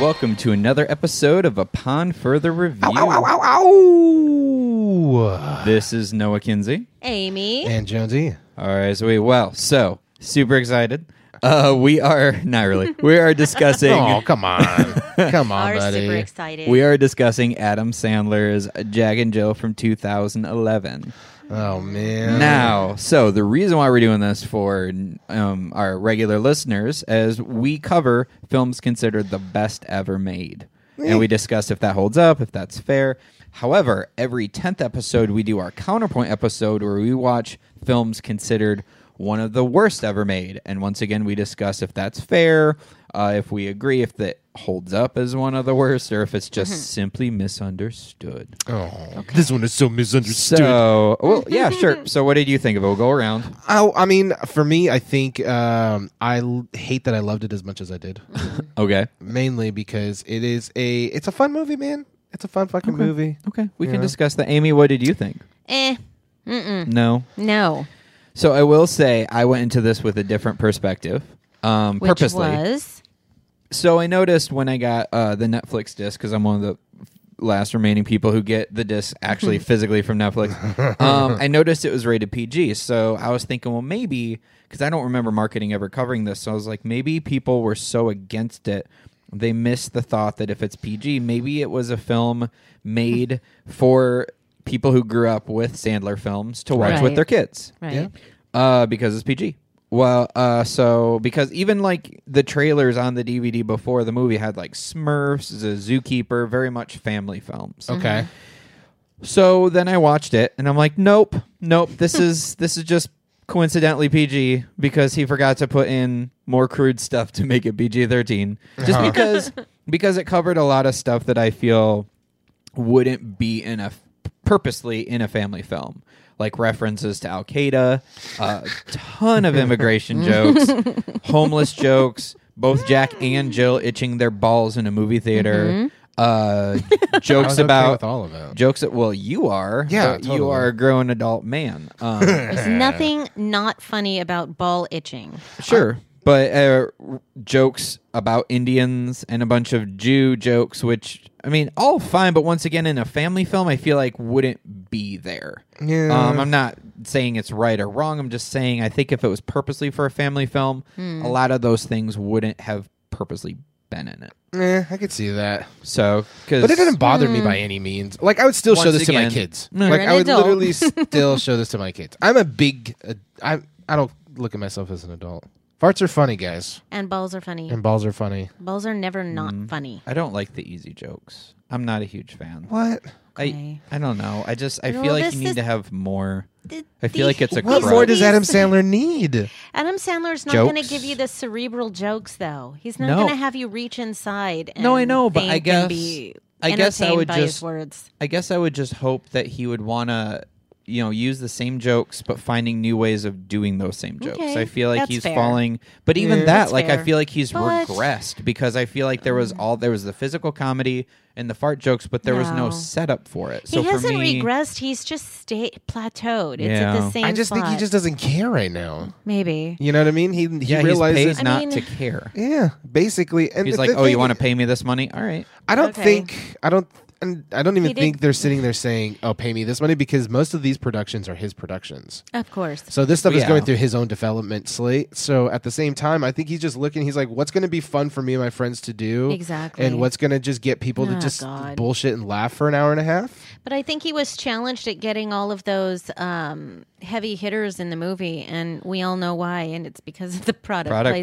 Welcome to another episode of Upon Further Review. ow, This is Noah Kinsey. Amy. And Jonesy. All right, so we well, so super excited. Uh, we are not really. We are discussing. Oh, come on. come on, are super buddy. excited. We are discussing Adam Sandler's Jack and Jill from 2011. Oh, man. Now, so the reason why we're doing this for um, our regular listeners is we cover films considered the best ever made. And we discuss if that holds up, if that's fair. However, every 10th episode, we do our counterpoint episode where we watch films considered one of the worst ever made. And once again, we discuss if that's fair, uh, if we agree, if that holds up as one of the worst, or if it's just simply misunderstood. Oh, This one is so misunderstood. So, well, yeah, sure. So, what did you think of it? We'll go around. oh, I mean, for me, I think um, I l- hate that I loved it as much as I did. Okay. Mainly because it is a it's a fun movie, man. It's a fun fucking movie. Okay. We can Yeah. discuss that. Amy, what did you think? eh, mm-mm. No. No. So I will say I went into this with a different perspective. Um, Which purposely. was So I noticed when I got uh, the Netflix disc, because I'm one of the last remaining people who get the disc actually physically from Netflix, um, I noticed it was rated PG. So I was thinking, well, maybe, because I don't remember marketing ever covering this. So I was like, maybe people were so against it. They missed the thought that if it's PG, maybe it was a film made for people who grew up with Sandler films to watch with Right. their kids. right. Yeah. Uh, because it's PG. Well, uh, so because even like the trailers on the DVD before the movie had like Smurfs, The Zookeeper, very much family films. Okay. So then I watched it and I'm like, nope, nope. This is this is just coincidentally PG because he forgot to put in more crude stuff to make it PG-13. Just because because it covered a lot of stuff that I feel wouldn't be in a purposely in a family film. Like references to Al Qaeda, a ton of immigration jokes, homeless jokes, both Jack and Jill itching their balls in a movie theater, uh, I jokes was okay about with all of it. jokes that well you are Yeah, but you totally. are a grown adult man um, There's nothing not funny about ball itching. sure but uh, r- jokes about indians and a bunch of jew jokes which i mean all fine but once again in a family film i feel like wouldn't be there Yeah. um, i'm not saying it's right or wrong i'm just saying i think if it was purposely for a family film a lot of those things wouldn't have purposely been in it Eh, I could see that. so because But it didn't bother me by any means. Like I would still show Once this to again, my kids. You're like an I would adult. literally still show this to my kids. I'm a big. Uh, I I don't look at myself as an adult. Farts are funny, guys, And balls are funny. and balls are funny. balls are never not Mm. funny. i don't like the easy jokes i'm not a huge fan What? I Okay. I don't know. I just I Well, feel like this you need is- to have more. The- I feel like it's a What crutch. more does these- Adam Sandler need? Adam Sandler's not going to Jokes? give you the cerebral jokes, though. He's not No. going to have you reach inside. And No, I know, but I think and guess- be I guess I entertained would by his just- words. I guess I would just hope that he would want to, you know, use the same jokes but finding new ways of doing those same jokes. Okay, I feel like that's he's fair. falling, but even Yeah. that, That's like I fair. feel like he's But- regressed because I feel like there was all there was the physical comedy and the fart jokes, but there was no No. setup for it. So he hasn't for me, regressed. He's just stay plateaued. It's at Yeah. the same I just think he spot. just doesn't care right now. maybe. You know what I mean? He, he yeah, he's realizes. paid I not mean- to care. yeah, basically. And He's the- like, the oh, you thing- want to pay me this money? All right. I don't Okay. think I don't and I don't even He did- think they're sitting there saying, "Oh, pay me this money," because most of these productions are his productions. Of course. So this stuff is Yeah. going through his own development slate. So at the same time, I think he's just looking. He's like, "What's going to be fun for me and my friends to do?" Exactly. And what's going to just get people to Oh, just God. bullshit and laugh for an hour and a half? But I think he was challenged at getting all of those um, heavy hitters in the movie, and we all know why. And it's because of the product, Product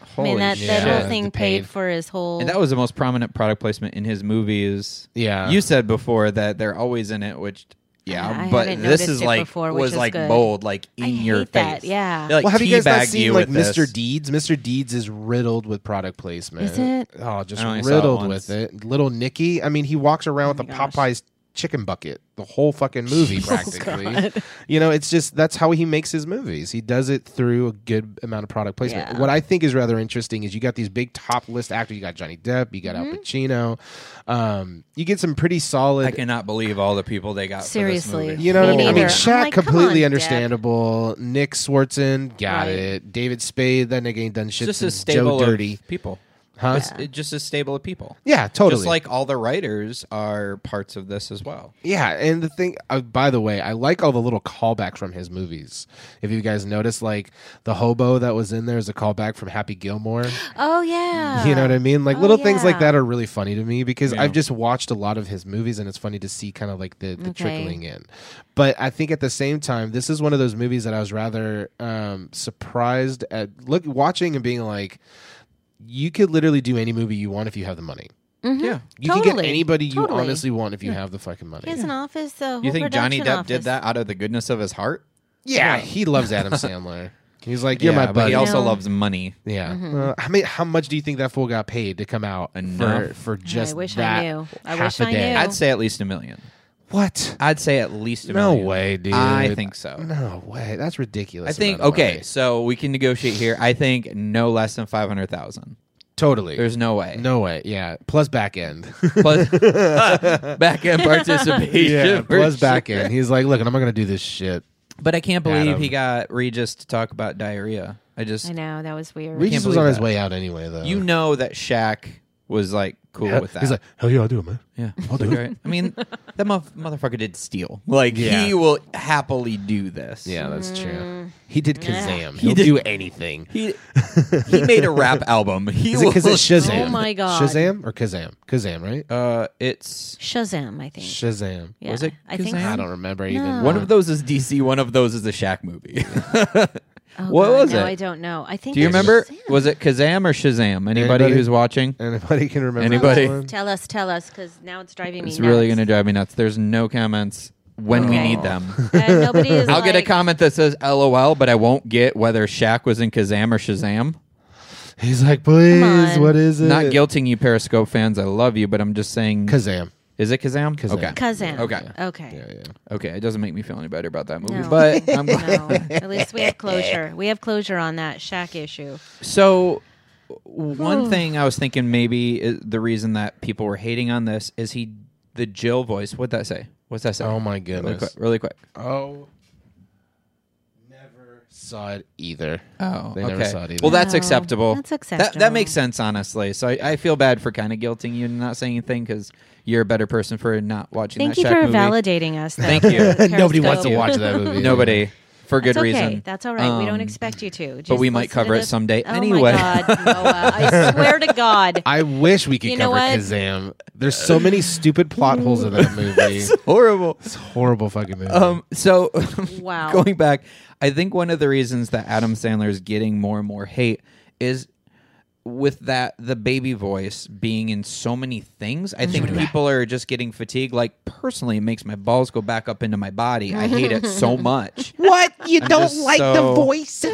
placement. I mean Holy that, shit. that Yeah, whole thing the paid. paid for his whole. And that was the most prominent product placement in his movies. Yeah. You said before that they're always in it, which yeah, I but haven't this noticed is it like before, which was is like good. bold, like in I your face. hate that, yeah. They, like, well, have you guys not teabagged seen you like with Mr. this. Deeds? Mr. Deeds is riddled with product placement. Is it? Oh, just I only saw it riddled once. with it. Little Nicky. I mean, he walks around with a Oh my gosh. Oh, Popeyes chicken bucket the whole fucking movie practically. you know, it's just that's how he makes his movies. He does it through a good amount of product placement. Yeah. What I think is rather interesting is you got these big top list actors. You got Johnny Depp. You got Mm-hmm. Al Pacino. Um, you get some pretty solid. I cannot believe all the people they got. for Seriously. this movie. You know what I mean? I mean, neither. I'm Shaq like, come completely on, Dad. understandable. Nick Swartzen, got Right. it. David Spade, that nigga ain't done shit It's just a since stable Joe Dirty. of people. Huh? It's it just a stable of people. Yeah, totally. Just like all the writers are parts of this as well. Yeah, and the thing, uh, by the way, I like all the little callbacks from his movies. If you guys notice, like the hobo that was in there is a callback from Happy Gilmore. Oh yeah. You know what I mean? Like Oh, little things like yeah. that are really funny to me because Yeah. I've just watched a lot of his movies and it's funny to see kind of like the, the Okay. trickling in. But I think at the same time, this is one of those movies that I was rather um, surprised at look watching and being like, you could literally do any movie you want if you have the money. Mhm. Yeah. You can Totally. get anybody you Totally. Hmm. honestly want if you have the fucking money. He has an office. A whole You think Johnny production Depp did office. that out of the goodness of his heart? Yeah, he loves Adam Sandler. He's like, you're yeah, my but buddy. he also No. loves money. yeah. Mm-hmm. Uh, I mean, how much do you think that fool got paid to come out for, Enough. for just wish I that knew. I half wish a I day? knew. I'd say at least a million. What? I'd say at least a No million. way, dude. I think so. No way. That's ridiculous. I think amount of okay, money. so we can negotiate here. I think no less than five hundred thousand. Totally. There's no way. no way. Yeah. Plus back end. Plus back end participation. yeah. for Plus sure. back end. He's like, look, I'm not gonna do this shit. But I can't believe Adam. he got Regis to talk about diarrhea. I just I know that was weird. Regis was believe on his that. way out anyway, though. you know that Shaq was like cool Hell- with that. He's like, hell yeah, I'll do it, man. yeah, I'll do it. Right. I mean, that mof- motherfucker did steal. Like Yeah. he will happily do this. Yeah, that's true. He did Kazam. Mm. He He'll did- do anything. He he made a rap album. He Is it will, because it's Shazam? Oh my God. Shazam or Kazam? Kazam, right? uh, it's Shazam, I think. Shazam. yeah. was it I think. Kazam? I don't remember even. No. one of those is DC. One of those is a Shaq movie. Oh, What God, was no, it? I don't know. I think. Do you it's remember? Shazam. Was it Kazam or Shazam? Anybody, Anybody? who's watching? Anybody can remember. Anybody? that one? Tell us, tell us, because now it's driving me. It's really nuts. going to drive me nuts. There's no comments when we Okay. need them. And Uh, nobody is. I'll get a like- comment that says LOL, but I won't get whether Shaq was in Kazam or Shazam. He's like, please, on. what is it? Not guilting you, Periscope fans. I love you, but I'm just saying. Kazam. is it Kazam? Kazam. Okay. Kazam. Okay. Okay. Yeah, yeah. Okay. It doesn't make me feel any better about that movie. No. But I'm glad. no. At least we have closure. We have closure on that Shaq issue. So, one thing I was thinking maybe i- the reason that people were hating on this is he, the Jill voice. What'd that say? What's that say? Oh my really quick. goodness. Really quick. Oh, never saw it either. Oh, They okay. never saw it either. Well, that's No, acceptable. that's That, that acceptable. makes sense, honestly. So I, I feel bad for kind of guilting you and not saying anything because you're a better person for not watching Thank that you Shaq for movie. validating us. though, Thank for you. Periscope. Nobody wants to watch that movie. Nobody, for good That's okay. reason. That's all right. we don't Um, expect you to. we Just might listen cover to it this- someday. Oh Anyway. my God, Noah! I swear to God. I wish we could You know cover what? Kazam. There's so many stupid plot holes in that movie. Horrible. It's a horrible fucking movie. Um, so Wow. going back, I think one of the reasons that Adam Sandler is getting more and more hate is with that the baby voice being in so many things. I think people are just getting fatigued. Like personally, it makes my balls go back up into my body. I hate it so much. What? You I'm don't just like so- the voice?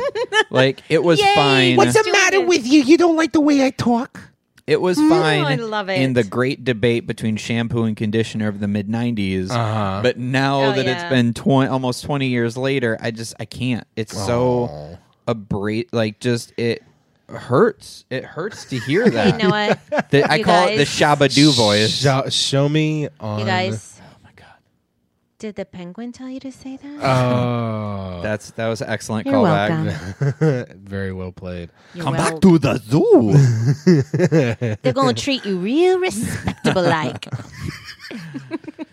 Like it was Yay, fine. What's the Doing matter it. with you? You don't like the way I talk? It was fine. I love In it. the great debate between shampoo and conditioner of the mid '90s, Uh-huh. but now Oh, that yeah. it's been 20, almost 20 years later, I just I can't. It's so abrade, like just it hurts. It hurts to hear that. You know what? The- I You call it the guys- shabadoo voice. Show, show me on. You guys, oh my god, Uh, did the penguin tell you to say that? Oh. that's that was an excellent You're callback. welcome. Very well played. You're Come wel- back to the zoo. They're gonna treat you real respectable, like.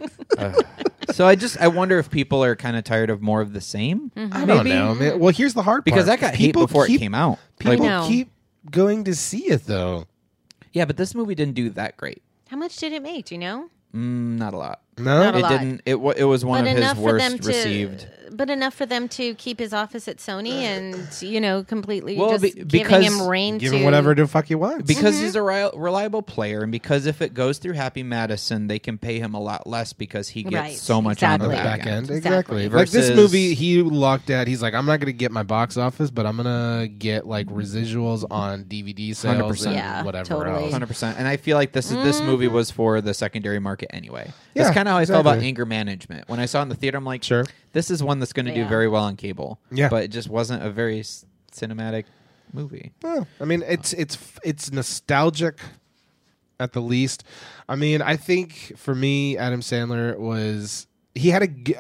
so I just I wonder if people are kind of tired of more of the same Mm-hmm. I don't know, man. Well, here's the hard because part. that got hate before it came out. People I know. keep going to see it though. yeah, but this movie didn't do that great. How much did it make? Do you know? Mm, not a lot. No, Not a it lot. didn't. It wa it was one but of his enough for worst them to. Mm-hmm. received. Uh, But enough for them to keep his office at Sony and you know completely Well, just be- giving because- him reign give to him whatever the fuck he wants. Because he's a ri- reliable player, and because if it goes through Happy Madison, they can pay him a lot less because he gets Right, so much on the the exactly. back, back end. end, exactly. Exactly. Like this Versus- movie, he locked at. He's like, I'm not gonna get my box office, but I'm gonna get like residuals on DVD sales 100%. and Yeah, whatever totally. else. Hundred percent, and I feel like this is this Mm-hmm. movie was for the secondary market anyway. Yeah, that's kind of how I felt about exactly. anger management. When I saw it in the theater, I'm like, Sure. this is one that's going to do Yeah. very well on cable." Yeah. but it just wasn't a very s- cinematic movie. Yeah. I mean, it's it's it's nostalgic at the least. I mean, I think for me, Adam Sandler was he had a. g-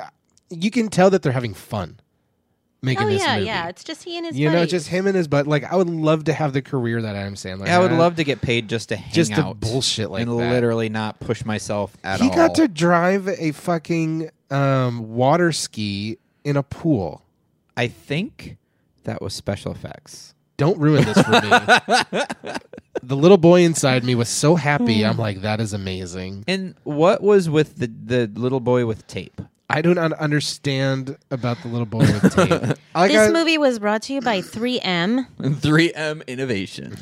You can tell that they're having fun. making Oh this yeah, movie. yeah. It's just he and his you know, buddies. just him and his butt. Like, I would love to have the career that Adam Sandler. I would had. love to get paid just to hang just to out bullshit like and that. literally not push myself at he all. got to drive a fucking um, water ski in a pool. I think that was special effects. Don't ruin this for me. the little boy inside me was so happy. I'm like, that is amazing. And what was with the the little boy with tape? I do not understand about the little boy with tape. Like, this I- movie was brought to you by 3M. 3M innovation.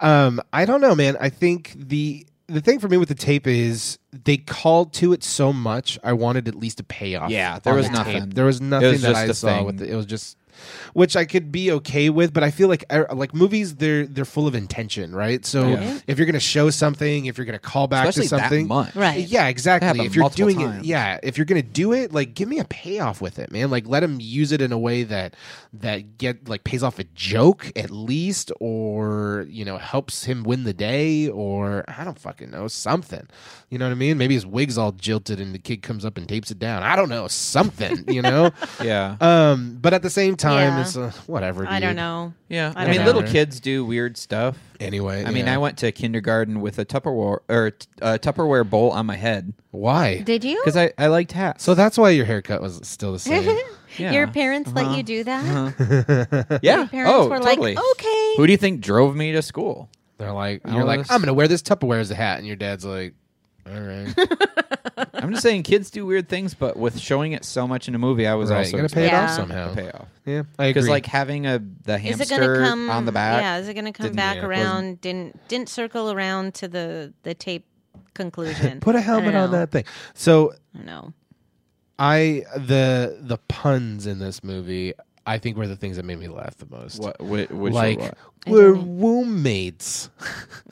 Um, I don't know, man. I think the the thing for me with the tape is they called to it so much. I wanted at least a payoff. Yeah, there on was the tape. nothing. There was nothing that just I a saw thing. with it. It was just which I could be okay with, but I feel like I, like movies they're they're full of intention, right? So Yeah. if you're gonna show something, if you're gonna call back Especially to something, that much. Right. yeah, exactly. happened If you're multiple doing it, times. yeah, if you're gonna do it, like give me a payoff with it, man. Like let him use it in a way that that get like pays off a joke at least, or you know helps him win the day, or I don't fucking know something. You know what I mean? Maybe his wig's all jilted and the kid comes up and tapes it down. I don't know something. you know. Yeah. Um, but at the same time, Yeah. it's uh, whatever. I don't dude. know. Yeah. I I, don't mean, know. little kids do weird stuff. Anyway, I mean, yeah. I went to kindergarten with a Tupperware or uh, Tupperware bowl on my head why? Did you? because I, I liked hats. So that's why your haircut was still the same. Yeah. Your parents let you do that? yeah. Your parents oh, were totally. like, okay. Who do you think drove me to school? They're like, I you're wanna like, s- I'm gonna wear this Tupperware as a hat, and your dad's like, all right, I'm just saying, kids do weird things, but with showing it so much in a movie, I was right, also gonna pay it Yeah. off somehow. pay off Yeah, I agree. because like having a the Is hamster it gonna come on the back. Yeah, is it gonna come didn't- back yeah, it wasn't- around? Didn't didn't circle around to the the tape conclusion. put a I don't helmet on know. that thing. So I don't know. I the the puns in this movie, I think were the things that made me laugh the most. What, which, which like what? we're womb mates.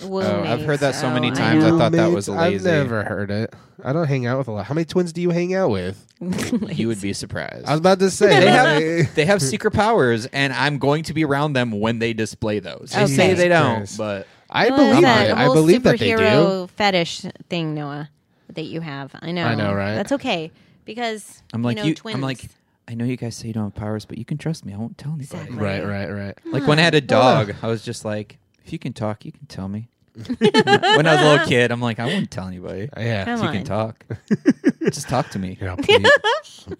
Oh, I've heard that so many I times. I know. thought that was Roommates? I've lazy. never heard it. I don't hang out with a lot. How many twins do you hang out with? you would be surprised. I was about to say they have they have secret powers, and I'm going to be around them when they display those. They Okay. say they don't, Jesus Christ. but I What is believe that it. I whole believe that they do. superhero fetish thing, Noah, that you have. I know. I know, right? That's okay because I'm like you you. know, twins. I'm like I know you guys say you don't have powers, but you can trust me. I won't tell anybody. Exactly. Right, right, right. Like when I had a dog, I was just like, if you can talk, you can tell me. when I was a little kid, I'm like, I wouldn't tell anybody. Yeah. Come If you can on. talk, just talk to me. Yeah, please,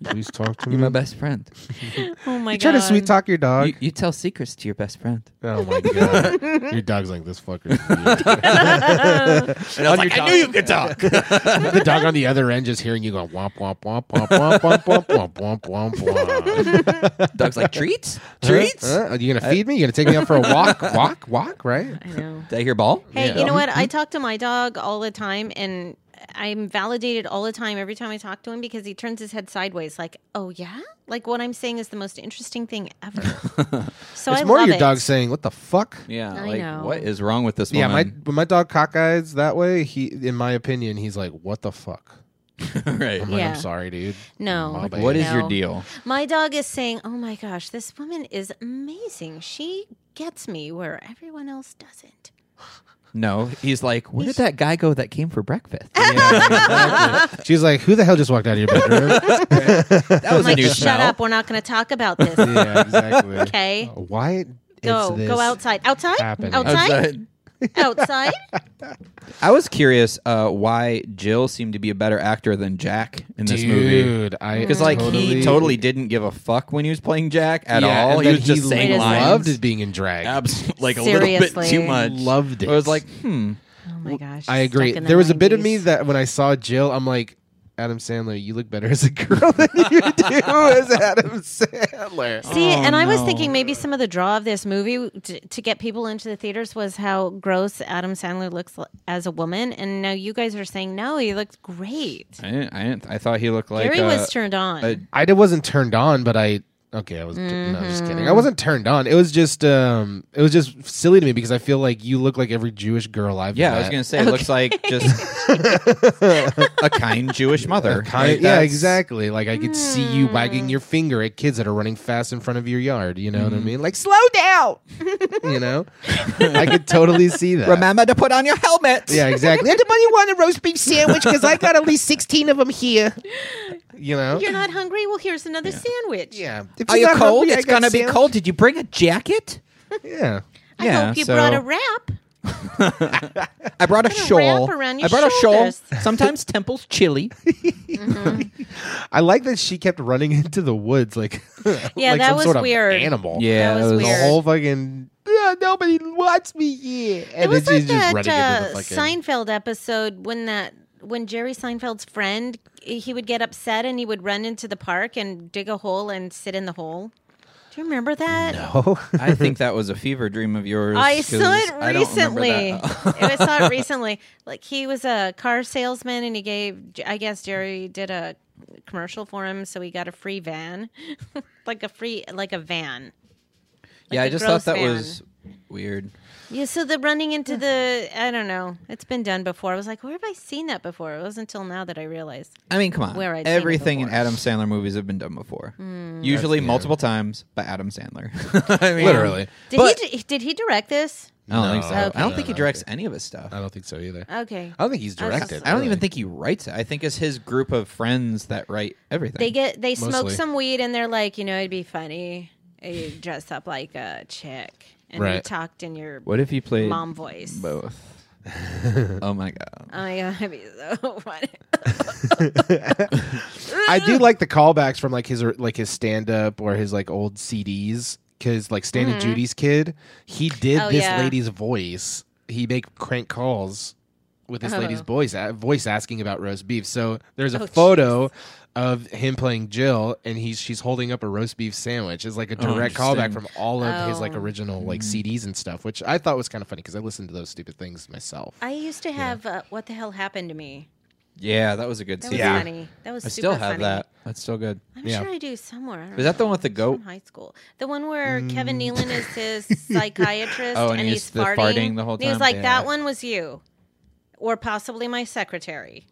please talk to me. You're my best friend. Oh my You god! try to sweet talk your dog. You, you tell secrets to your best friend. Oh my god! Your dog's like this fucker. And I was like, I knew you could talk. the dog on the other end just hearing you go womp womp womp womp womp womp womp womp womp womp womp. Dog's like treats, treats. Huh? Huh? Are you gonna feed me? You gonna take me out for a walk? Walk? Walk? Right? I know. Did I hear ball? Yeah. Hey, Mm-hmm. you know what? I talk to my dog all the time, and I'm validated all the time every time I talk to him because he turns his head sideways, like, "Oh yeah," like what I'm saying is the most interesting thing ever. so It's I more love your it. dog saying, "What the fuck." Yeah, I like know. what is wrong with this Yeah, woman? my when my dog cockeyes that way, he in my opinion, he's like, "What the fuck?" right. I'm like, Yeah. "I'm sorry, dude." No. My bad. What is No. your deal? My dog is saying, "Oh my gosh, this woman is amazing. She gets me where everyone else doesn't." No, he's like, where did that guy go that came for breakfast? She's like, "Who the hell just walked out of your bedroom?" that was I'm a like, new shut smell. up. We're not going to talk about this. yeah, exactly. Okay, Why? go is this go outside. Outside. happening? Outside. Outside. Oh I was curious uh, why Jill seemed to be a better actor than Jack in this movie. Dude, I Because like he totally didn't give a fuck when he was playing Jack at all. He was just Wait saying a lines. second. loved it being in drag. Abs- like a little Seriously. bit too much. Loved it. I was like, hmm. Oh my gosh. I stuck agree. in the There was a bit of me 90s. that when I saw Jill, I'm like, Adam Sandler, you look better as a girl than you do as Adam Sandler. See, Oh, and I was no. thinking maybe some of the draw of this movie to, to get people into the theaters was how gross Adam Sandler looks l- as a woman, and now you guys are saying no, he looks great. I didn't, I didn't. I thought he looked like Gary uh, was turned on. a- I d- wasn't turned on, but I okay. I was no, just kidding. Mm-hmm. I wasn't turned on. It was just um, it was just silly to me because I feel like you look like every Jewish girl I've yeah. I was met. gonna say it looks like just a kind Jewish mother. Kind Like, yeah, that's- exactly. Like I could see you Hmm. wagging your finger at kids that are running fast in front of your yard. You know what I mean? Like slow down. you know, I could totally see that. Remember to put on your helmet. Yeah, exactly. Anybody want a roast beef sandwich? Because I got at least 16 of them here. you know? You're not hungry? Well, here's another sandwich. Yeah. If Are he's you not cold? hungry, I it's got gonna be sandwich. cold. Did you bring a jacket? Yeah. I Yeah, hope you brought so- a wrap. I brought a Put a shawl. wrap around I your brought shoulders. a shawl. Sometimes temples chilly. I like that she kept running into the woods like, Yeah, like that some was sort of weird. animal. Yeah, That was it The weird. whole fucking "Yeah, nobody wants me here. And it was then like she's just that running into uh, the fucking Seinfeld episode when that when Jerry Seinfeld's friend he would get upset and he would run into the park and dig a hole and sit in the hole. Do you remember that? Oh. I think that was a fever dream of yours. I 'cause saw it I don't remember recently. that. I saw it recently. Like he was a car salesman, and he gave. I guess Jerry did a commercial for him, so he got a free van, like a free, like a van. yeah, I Like a just thought gross that man. was weird. Yeah. So the running into the, I don't know. It's been done before. I was like, where have I seen that before? It wasn't until now that I realized. I mean, come on. Where I'd seen it Everything in before. Hmm. Adam Sandler movies have been done before. Usually multiple times by Adam Sandler. I mean, Literally. Did But- he? Did he direct this? I don't think so. No, I don't okay. think he directs any of his stuff. I don't think so either. Okay. I don't think he's I was just- directed. I don't really. even think he writes it. I think it's his group of friends that write everything. They get they smoke Mostly. some weed and they're like, you know, it'd be funny. You dress up like a chick and you Right. talked in your what if he played mom voice. both? oh my god. Oh yeah, that'd be so funny. I do like the callbacks from like his like his stand up or his like old CDs because like Stan and Judy's kid, he did Mm-hmm. Oh, this yeah. lady's voice. He make crank calls with this Oh. lady's voice a- voice asking about roast beef. So there's a Oh, photo of him playing Jill and he's she's holding up a roast beef sandwich. It's like a direct interesting. callback from all of his like Oh. original like CDs and stuff, which I thought was kind of funny because I listened to those stupid things myself. I used to have uh, what the hell happened to me. Yeah, that was a good That scene. was Yeah. funny. That was I super still have funny. that. That's still good. I'm Yeah. sure I do somewhere. I don't Is that the one with the It's goat? Mm. From high school, the one where Kevin Nealon is his psychiatrist Oh, and and, he's he's, the farting. farting the whole And he was time? like, Yeah. "That one was you, or possibly my secretary."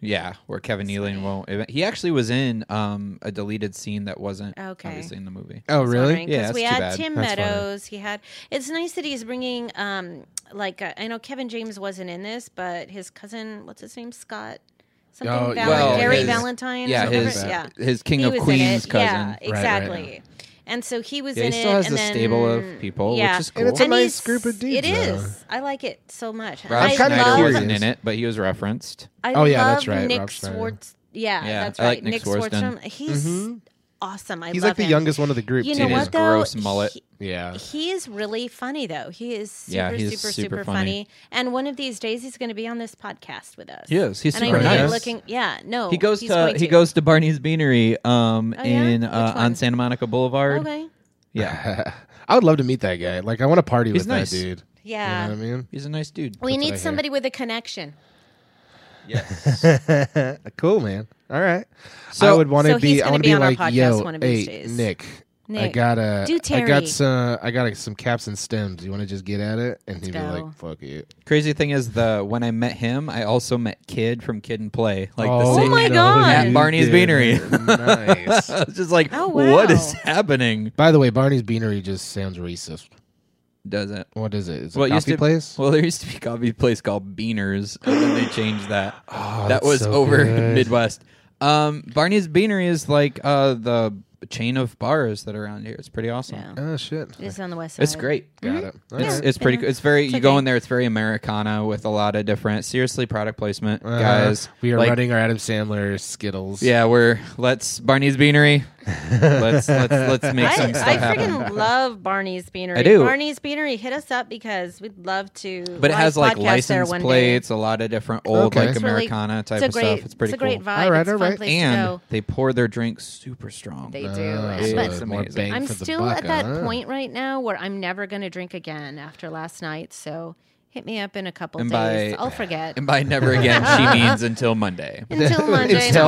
Yeah, where Kevin Nealon won't. ev- He actually was in um, a deleted scene that wasn't Okay. obviously in the movie. oh Because Yeah, that's we too had bad. Tim That's funny. Meadows. He had. It's nice that he's bringing. Um, like uh, I know Kevin James wasn't in this, but his cousin, what's his name, Scott, something Oh, Val- Well, Gary his- Valentine. Yeah, whatever. his yeah. his King He of was in Queens it. cousin. Yeah, right. exactly. And so he was Yeah, he in still it. has and a then- stable of people, yeah. which is cool. And it's a And nice he's- group of dudes, It though. is. I like it so much. Rob I Schneider love. wasn't Yes. in it, but he was referenced. I Oh, yeah, love that's right, Nick Rob Schneider. Schwartz. Yeah, Yeah, that's I right. like Nick Nick, Swartzen. Swartzen. He's awesome. I Mm-hmm. He's love like the him. youngest one of the group You too. know Dude, his what though? gross mullet. He- Yeah. He is really funny though. He is super, Yeah, he's super super, super, funny. funny. And one of these days, he's going to be on this podcast with us. He is. He's and super I'm really nice. Looking, yeah, no, He goes Oh, he's to going he goes to Barney's Beanery um, Oh, yeah? in Which uh, on one? Santa Monica Boulevard. Okay, Yeah, I would love to meet that guy. Like, I want to party He's with nice. that dude. You yeah. know what I mean? he's a nice dude. we what I need hear. somebody with a connection. Yes. cool, man. All right. So- I would want to So he's be. I gonna want to be be on our like, podcast yo, one of hey, these days. Nick, I Nick, gotta, do I got Terry. some, I got some caps and stems. You want to just get at it? And he'd be go. like, fuck it. Crazy thing is the when I met him, I also met Kid from Kid and Play. Like the Oh, same. my no, God. At you Barney's did Beanery. it. nice. I was just like, Oh, what wow. is happening? By the way, Barney's Beanery just sounds racist. Does it? What is it? Is it Well, a it used coffee to- place? Well, there used to be a coffee place called Beaners, and then they changed that. Oh, that that's was so over good. Midwest. Um, Barney's Beanery is like uh, the chain of bars that are around here. It's pretty awesome. Yeah. Oh shit. It's on the west side. It's great. Got it. All It's right. it's pretty. Yeah. It's very. It's you go okay. in there. It's very Americana with a lot of different. Seriously, product placement, Uh-huh. guys. we are like, running our Adam Sandler Skittles. Yeah, we're let's Barney's Beanery. let's let's let's make I, some stuff I happen. freaking love Barney's Beanery. I do. Barney's Beanery, hit us up because we'd love to. But it live has like podcast there license one day. plates, a lot of different old Okay. like It's really- Americana type it's a of great, stuff. It's pretty it's cool. a great vibe. All right, it's a all fun right. place to and go. they pour their drinks super strong. They Ah, do. so But It's more amazing. bang I'm for the still buck, at that huh? point right now where I'm never going to drink again after last night. So hit me up in a couple And days. by- I'll forget. And by never again, she means until Monday. Until Monday Until-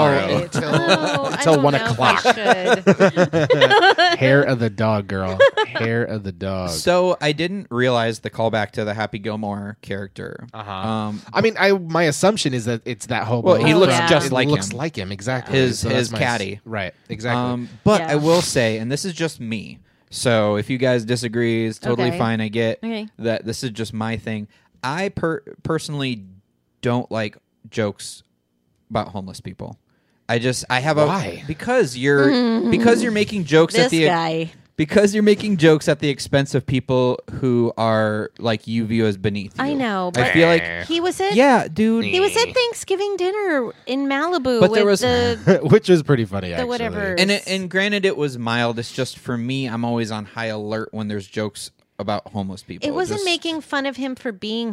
night. until- Oh, I until don't one know if I o'clock. should. Hair of the dog, girl. Hair of the dog. So I didn't realize the callback to the Happy Gilmore character. Uh-huh. Um, I mean, I my assumption is that it's that hobo. Well, he looks just it like looks him. like him exactly. His- his that's my s- caddy. right? Exactly. Um, but Yeah. I will say, and this is just me. So if you guys disagree, it's totally Okay. fine. I get Okay. that this is just my thing. I per- personally don't like jokes about homeless people. I just I have a Why? because you're Er, because you're making jokes Mm-hmm. Hmm. This at the e, guy. because you're making jokes at the expense of people who are like you view as beneath. You. I know, I but- feel like He was at yeah, dude. He was at Thanksgiving dinner in Malibu But with there was- the which is pretty funny. actually. whatever. And it, and granted, it was mild. It's just for me, I'm always on high alert when there's jokes about homeless people. It wasn't Just- making fun of him for being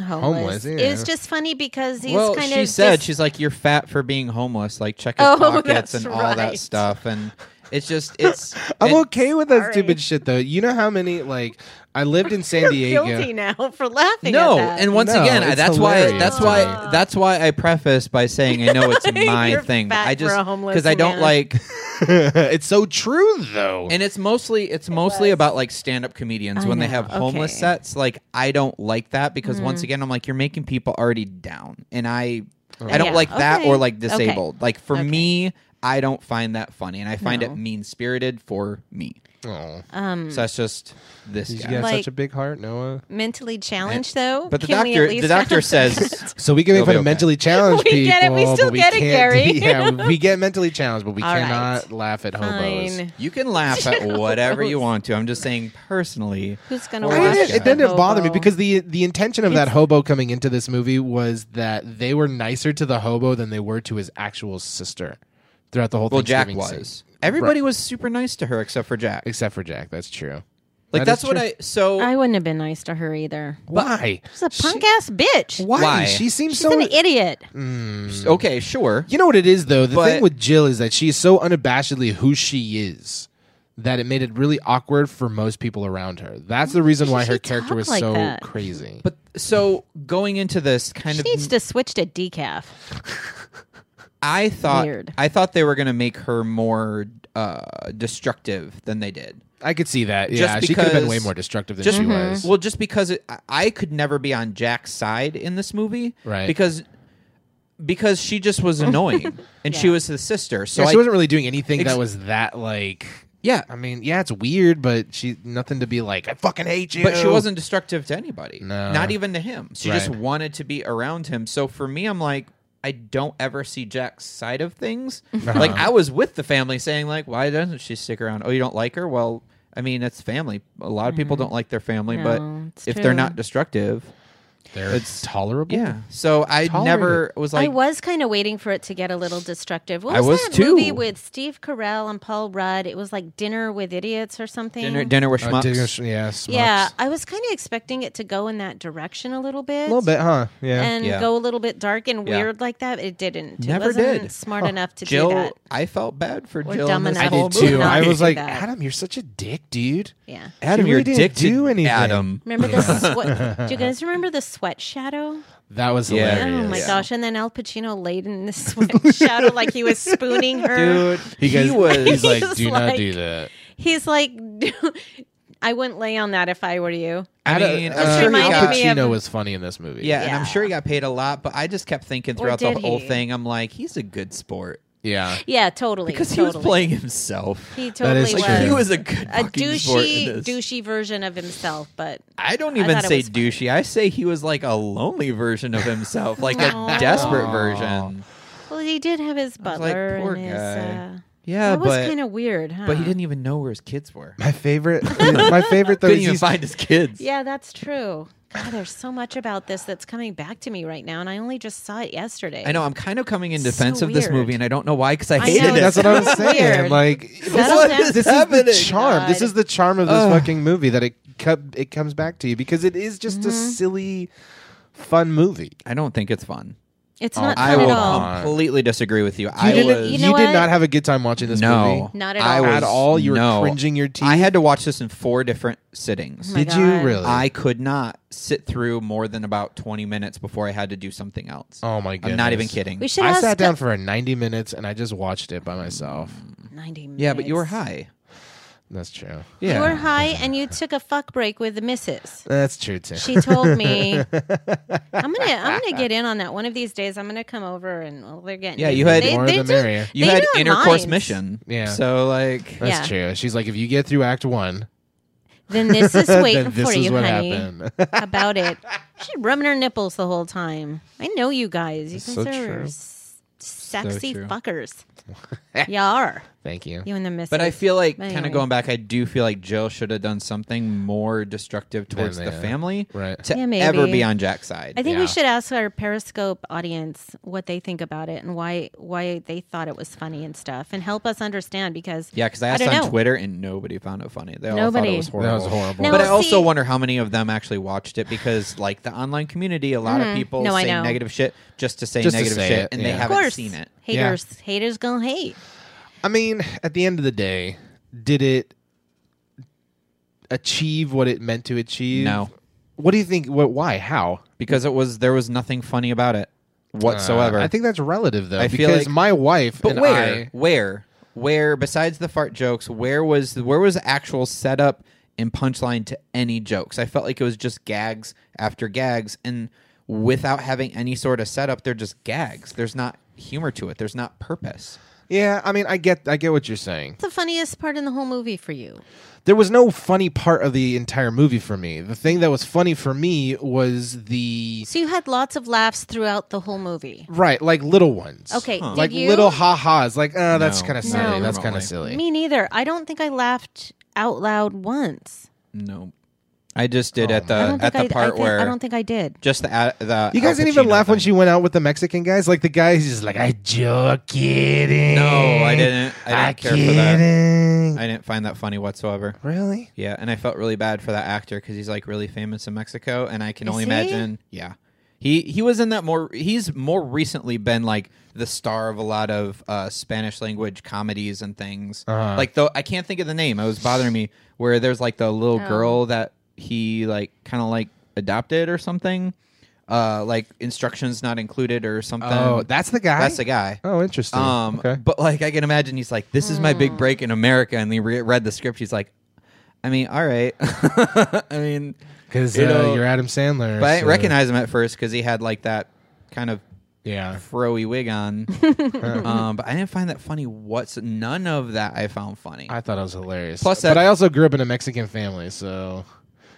Homeless, homeless. yeah. It was just funny because he's Well, kind she of said just- she's like you're fat for being homeless. Like check your Oh, pockets that's and all that right. stuff. And it's just it's. I'm and- okay with that Sorry. stupid shit though. You know how many like I lived in San Diego. guilty now for laughing. No, at that. and once No, again, I- it's that's why hilarious that's to why me. that's why I preface by saying I know it's my You're thing. but fat I for just a homeless I don't man. like, it's so true though. and it's mostly it's mostly about like stand up comedians I when they know, have homeless okay. Mm. sets. Like I don't like that because once again, I'm like you're making people already down, and I Oh, I don't Yeah, like that or okay, like okay. disabled. Like for Okay. me, I don't find that funny, and I find No. it mean spirited for me. oh, um, So that's just this you guy. got Like- such a big heart, Noah. mentally challenged though. But the Can we at doctor least the doctor have- says So we can You'll make be fun of okay. mentally challenged We people. get it. We still but we get it, can't- Gary. yeah, we get mentally challenged, but we All right. cannot laugh at hobos. Fine. you can laugh at whatever you want to. I'm just saying personally. Who's gonna Or I Well, watch? didn't- that's it didn't the bother me hobo? because the the intention of that It's- hobo coming into this movie was that they were nicer to the hobo than they were to his actual sister throughout the whole Well, Jack Thanksgiving scene. was. Everybody was super nice to her except for Jack. except for Jack. That's true. Like That that's is what true. I. So I wouldn't have been nice to her either. Why? She's a punk ass bitch. Why? Why? She seems She's so. an idiot. Mm. okay, sure. you know what it is though. The But- thing with Jill is that she is so unabashedly who she is that it made it really awkward for most people around her. That's Mm, the reason why she her character talk was like so that? crazy. But so going into this kind She of, needs to switch to decaf. I thought Weird. I thought they were going to make her more uh, destructive than they did. I could see that. Just Yeah, she could have been because- way more destructive than just- Mm-hmm. she was. Well, just because it, I- I could never be on Jack's side in this movie, Right. Because because she just was annoying, and she Yeah. was his sister. So yeah, I, she wasn't really doing anything Ex- that was that like. yeah, I mean, yeah, it's weird, but she nothing to be like. I fucking hate you. but she wasn't destructive to anybody, No. not even to him. She just Right. wanted to be around him. So for me, I'm like. I don't ever see Jack's side of things. Uh-huh. Like I was with the family saying like, why doesn't she stick around? Oh, you don't like her? Well, I mean, it's family. A lot of people don't like their family, Mm-hmm. No, but it's if true. they're not destructive, They're tolerable. yeah. So I Tolerate never was like I was kind of waiting for it to get a little destructive. What I was, was that too. movie with Steve Carell and Paul Rudd? It was like Dinner with Idiots or something. dinner, dinner with Uh, schmucks. dig- yeah, schmucks. Yeah, I was kind of expecting it to go in that direction a little bit. a little bit, huh? Yeah. And Yeah. go a little bit dark and Yeah. weird like that. It didn't. Never it wasn't did. smart enough to Jill, do that. I felt bad for Or Jill. dumb in this enough whole I to did too. movie. not I was do like, that. Adam, you're such a dick, dude. Yeah. Adam, She you're really didn't addicted. do anything. Adam. Remember the sweat? Do you guys remember the sweat shadow? That was Yeah. hilarious. Oh my Yeah. gosh! And then Al Pacino laid in the sweat shadow like he was spooning her. Dude, He, he, goes, was. He's like, He's do not like- do that. He's like, I wouldn't lay on that if I were you. I Adam- mean, uh, I'm sure he reminded Al got. me of- Pacino was funny in this movie. Yeah, and I'm Yeah. sure he got paid a lot, but I just kept thinking Or throughout the did whole he? thing, I'm like, he's a good sport yeah. Yeah, totally. because he totally. was playing himself. He That totally is Like was. he was a good a fucking sport douchey, in this. douchey version of himself, but I don't I even thought it say was funny. douchey. I say he was like a lonely version of himself, like a Aw. desperate version. well, he did have his was like, butler poor and his. guy. Uh, Yeah, that was but kind of weird, huh? but he didn't even know where his kids were. My favorite. my favorite though. Couldn't Is even he's, find his kids. Yeah, that's true. God, there's so much about this that's coming back to me right now, and I only just saw it yesterday. I know. I'm kind of coming in So defense of this weird. movie, and I don't know why because I I hated know, it. that's what I'm Weird. saying. Like, Settle what- down. this is the Happening. charm. This God. is the charm of this Ugh. fucking movie that it co- it comes back to you because it is just a Mm-hmm. silly, fun movie. I don't think it's fun. It's Oh, not I fun will at all. completely disagree with you. You, I didn't, was You know you did what? not have a good time watching this no, movie Not at I all. was- at all. You were no. cringing your teeth. I had to watch this in four different sittings. Oh my did you God. really? I could not sit through more than about 20 minutes before I had to do something else. oh my god! I'm not even kidding. We should I ask sat down for 90 minutes and I just watched it by myself. 90 minutes. yeah, but you were high. That's true. Yeah. You were high, and you took a fuck break with the missus. That's true too. She told me, "I'm gonna, I'm gonna get in on that. One of these days, I'm gonna come over, and well, they're getting Yeah, in. you had- they, More they the do- merrier. You they had do intercourse minds. mission. Yeah. So like That's true. She's like, if you get through Act One, Then this is then waiting this for is you, what honey. happened. About it, she's rubbing her nipples the whole time. I know you guys. You That's guys so are true. s- sexy true. fuckers. you are. Thank you. You and the missus. But I feel like, But kind anyway. of going back, I do feel like Jill should have done something more destructive towards the yeah. family Right. to Yeah, maybe. ever be on Jack's side. I think Yeah. we should ask our Periscope audience what they think about it and why why they thought it was funny and stuff, and help us understand because yeah, because I I asked don't on know. Twitter and nobody found it funny. They all thought Nobody. it was That horrible. horrible. Now- but Well, I also see- wonder how many of them actually watched it because, like the online community, a lot of people Mm-hmm. No, I say know. negative shit just to say Just to negative say shit, it, and yeah. they Of of haven't course seen it. haters haters gonna hate. I mean, at the end of the day, did it achieve what it meant to achieve? No. What do you think? What? Why? How? because it was there was nothing funny about it whatsoever. Uh, I think that's relative, though, I feel because like- my wife But and where, I. where, where? Besides the fart jokes, where was where was actual setup and punchline to any jokes? I felt like it was just gags after gags, and without having any sort of setup, they're just gags. There's not humor to it. There's not purpose. Yeah, I mean, I get, I get what you're saying. What's the funniest part in the whole movie for you? there was no funny part of the entire movie for me. The thing that was funny for me was the So you had lots of laughs throughout the whole movie. right, like little ones. Okay, did like you? little ha ha's. Like, oh, that's No. kind of No. silly. That's kind Remotely. of silly. Me neither. I don't think I laughed out loud once. No, I just did Oh, at I the don't uh, at think the I, I part think, where I don't think I did. just the a- the you guys Al didn't even Pacino laugh when thing. she went out with the Mexican guys. Like the guy, he's just like, I just kidding. No, I didn't. I didn't I care for that. kidding. I didn't find that funny whatsoever. Really? Yeah, and I felt really bad for that actor because he's like really famous in Mexico, and I can Is only he? imagine. Yeah, he he was in that more. He's more recently been like the star of a lot of uh, Spanish language comedies and things. Uh-huh. Like though, I can't think of the name. It was bothering me. Where there's like the little Oh. girl that he like kind of like adopted or something. Uh, like instructions not included or something. Oh, that's the guy. Um, that's the guy. Oh, interesting. Um, okay. but like I can imagine, he's like, "This is my big break in America," and he re- read the script. He's like, "I mean, all right, I mean, Because you you know, are uh, Adam Sandler. but I didn't so- recognize him at first because he had like that kind of Yeah. froey wig on. um, but I didn't find that funny. What's none of that I found funny. I thought it was hilarious. Plus but that- I also grew up in a Mexican family, so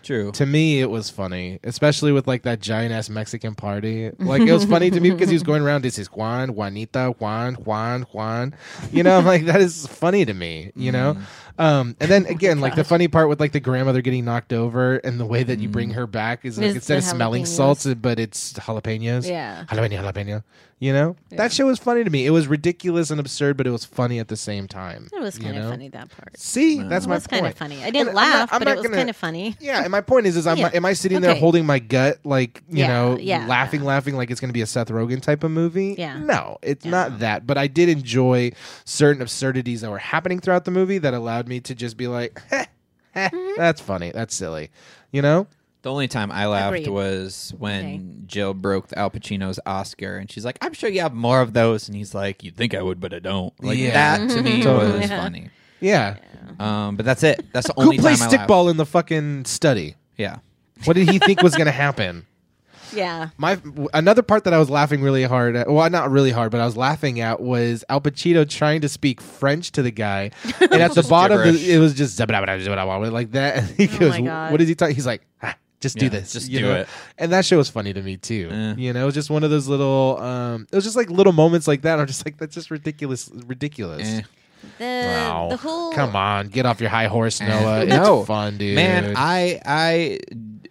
True. to me it was funny especially with like that giant ass mexican party like it was funny to me because he was going around this is juan juanita juan juan juan you know i'm like that is funny to me you know um and then again like the funny part with like the grandmother getting knocked over and the way that you bring her back is like Is instead the of smelling jalapenos. salts but it's jalapenos Yeah. jalapeno jalapeno you know that show was funny to me it was ridiculous and absurd but it was funny at the same time It was you kind of know? funny that part. see that's It my was point kind of funny. I didn't I'm not- laugh, I'm but not it was gonna- kind of funny. yeah, and my point is, is I'm Yeah. am I sitting there Okay. holding my gut, like you Yeah, know, yeah. laughing, laughing, like it's going to be a Seth Rogen type of movie? Yeah. no, it's not that. But I did enjoy certain absurdities that were happening throughout the movie that allowed me to just be like, "Heh, heh, Mm-hmm. "That's funny, that's silly," you know. The only time I laughed Agreed. was when Okay. Jill broke Al Pacino's Oscar, and she's like, "I'm sure you have more of those," and he's like, "You'd think I would, but I don't." Like Yeah. that to me Totally. was Yeah. funny. Yeah, Um, but that's it. That's the who only plays time I laughed. stickball in the fucking study? Yeah. What did he think was going to happen? Yeah. My w- another part that I was laughing really hard at, well, not really hard, but I was laughing at was Al Pacino trying to speak French to the guy, and at the bottom the- gibberish. it was just like that. And he Oh goes, my God. "What is he talking?" He's like, ah, "Just do Yeah, this, just you do know? it. And that show was funny to me too. Eh. You know, it was just one of those little, um, it was just like little moments like that. I'm just like, that's just ridiculous, ridiculous. Eh. The, Wow. Eh. the whole Come on, get off your high horse, Noah. No. It's fun, dude. Man, I I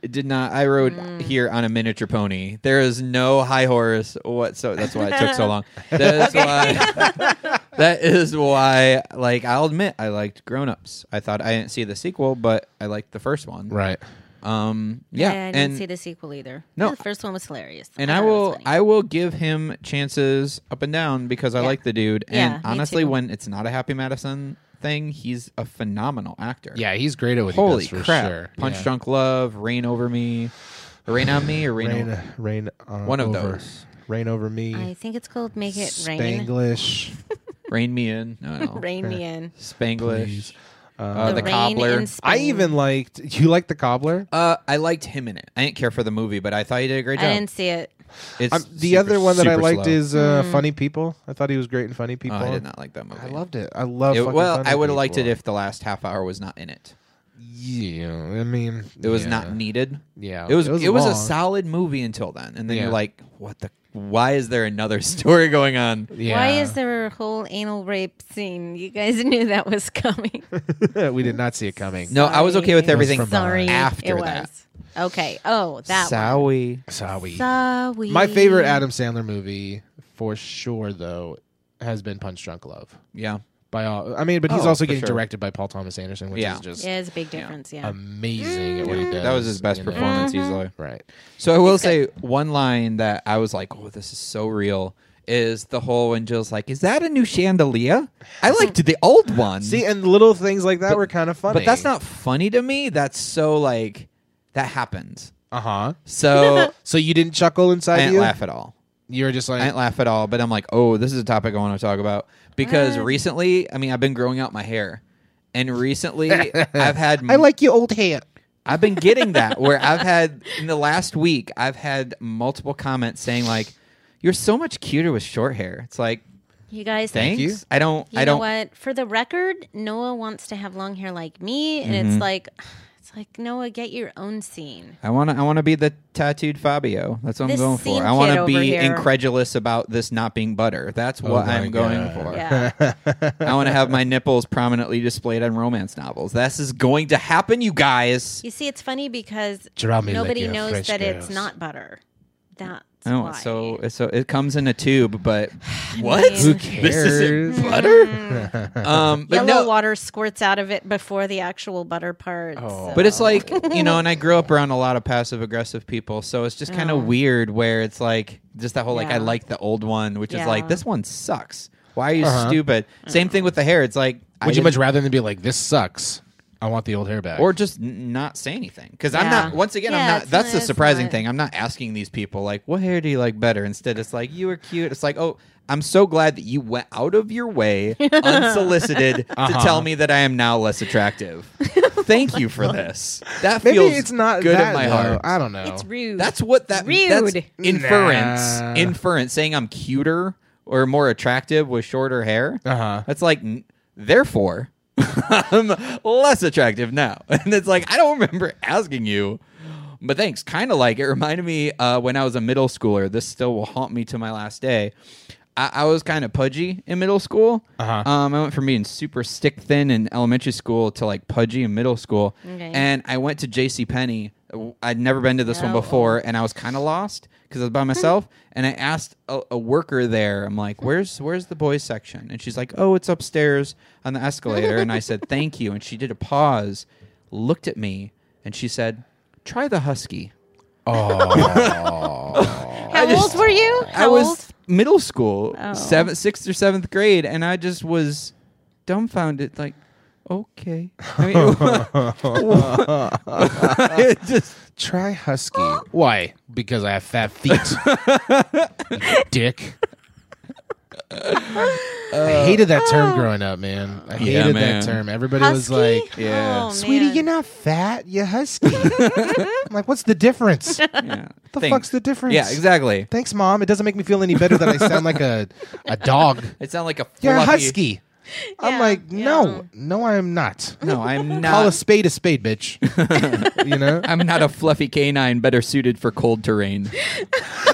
d- did not. I rode Mm. here on a miniature pony. There is no high horse whatsoever. That's why it took so long. That's why. that is why. Like I'll admit, I liked Grown Ups. I thought I didn't see the sequel, but I liked the first one. right. Um. Yeah. I didn't and see the sequel either. No, the first one was hilarious. and thought I it was will funny. I will give him chances up and down because I Yeah. like the dude. And Yeah, me honestly, too. when it's not a Happy Madison thing, he's a phenomenal actor. Yeah, he's great at what Holy he does for crap! sure. Punch yeah. Drunk Love, Rain Over Me, Rain on Me, or Rain. Rain, Over- rain, on One of over. those. Rain over me. I think it's called Make It Rain. Spanglish. Rain Me In. No, no. Rain me in. Spanglish. Please. Uh, the rain cobbler. in Spain. I even liked. You like the cobbler? Uh, I liked him in it. I didn't care for the movie, but I thought he did a great I job. didn't see it. It's Um, the super- other one that I super liked slow. is Hmm. uh, Funny People. I thought he was great in Funny Oh, People. I did not like that movie. I loved it. I love. It- fucking well, Funny I would have liked it People. if the last half hour was not in it. Yeah, I mean, It was yeah. not needed. Yeah, It was. It was, a Oh, long. solid movie until then, and then Yeah. you're like, "What the why is there another story going on? Yeah. Why is there a whole anal rape scene? You guys knew that was coming. we did not see it coming. No, I was okay with everything. from Sorry, after it that. was. Okay. Oh, that one. Sowie. Sorry. Sorry. My favorite Adam Sandler movie for sure though has been Punch Drunk Love. Yeah. By all I mean, but he's Oh, also for getting sure. directed by Paul Thomas Anderson, which Yeah. Mm. is just Yeah, it's a big difference. Yeah. Um, amazing at what he does. That was his best you know? performance easily. Right. So I will say one line that I was like, "Oh, this is so real." Is the whole when Jill's like, "Is that a new chandelier?" I liked the old one. See, and little things like that were kind of funny. but that's not funny to me. That's so like that happened. Uh Uh-huh. huh. So So you didn't chuckle inside I didn't you? laugh at all. You were just I didn't like, laugh at all. But I'm like, "Oh, this is a topic I want to talk about." Ah. Because recently, I mean, I've been growing out my hair, and recently I've had I like your old hair. I've been getting that where I've had in the last week I've had multiple comments saying like, "You're so much cuter with short hair." It's like, you guys, thanks. you. I don't. You I know don't. what? For the record, Noah wants to have long hair like me, and Mm-hmm. it's like, it's like Noah, get your own scene. I want to. I want to be the tattooed Fabio. That's what This I'm going scene for. I want kid to over be here. incredulous about this not being butter. That's what Oh my I'm going God. for. Yeah. I want to have my nipples prominently displayed on romance novels. This is going to happen, you guys. you see, it's funny because Draw me like nobody your knows French that girls. it's not butter. That's Oh, why. so so it comes in a tube, but what? mean- Who This isn't cares? butter. um, but Mm. Yellow no, water squirts out of it before the actual butter part. Oh. so- But it's like, you know, and I grew up around a lot of passive aggressive people. So it's just kind of weird where it's like, just that whole, like, I Oh. Yeah. like the old one, which is like, Yeah. this one sucks. Why are you stupid? Same thing with the hair. It's like, I Uh-huh. Would you much didn't- rather than be like, this sucks? I want the old hair back. or just n- not say anything? Because I'm Yeah. not, once again, I'm Yeah, not, it's that's not- the it's surprising not- thing. I'm not asking these people, like, what hair do you like better? Instead, it's like, you were cute. It's like, oh, I'm so glad that you went out of your way unsolicited to Uh-huh. tell me that I am now less attractive. Thank you for this. That maybe feels it's not good that, in my though. heart. I don't know. it's rude. That's what that That's Rude. inference. Nah. Inference saying I'm cuter or more attractive with shorter hair. Uh huh. That's like n- therefore I'm less attractive now. And it's like I don't remember asking you. But thanks. Kind of like it reminded me uh, when I was a middle schooler. This still will haunt me to my last day. I, I was kind of pudgy in middle school. Uh-huh. Um, I went from being super stick thin in elementary school to like pudgy in middle school. Okay. And I went to J.C. Penney. I'd never been to this one Oh. Hmm. before, and I was kind of lost because I was by myself. and I asked a, a worker there. I'm like, "Where's where's the boys section?" And she's like, "Oh, it's upstairs on the escalator." and I said, "Thank you." And she did a pause, looked at me, and she said, "Try the husky." How old were you? How I was old? middle school, Oh. seventh, sixth or seventh grade, and I just was dumbfounded, like, okay. I mean, it just Try husky. Why? Because I have fat feet. You Dick. I hated that term growing up, man. I hated Yeah, man. that term. Everybody was Husky? like, Yeah. Oh, "Sweetie, man. you're not fat. You're husky." I'm like, "What's the difference? The yeah. fuck's Thanks. the difference?" Yeah, exactly. Thanks, mom. It doesn't make me feel any better that I sound like a a dog. It sounded like a You're a fluffy- husky. I'm Yeah, like, yeah. no, no, I am not. No, I'm Call a not. spade a spade, bitch. you know, I'm not a fluffy canine better suited for cold terrain.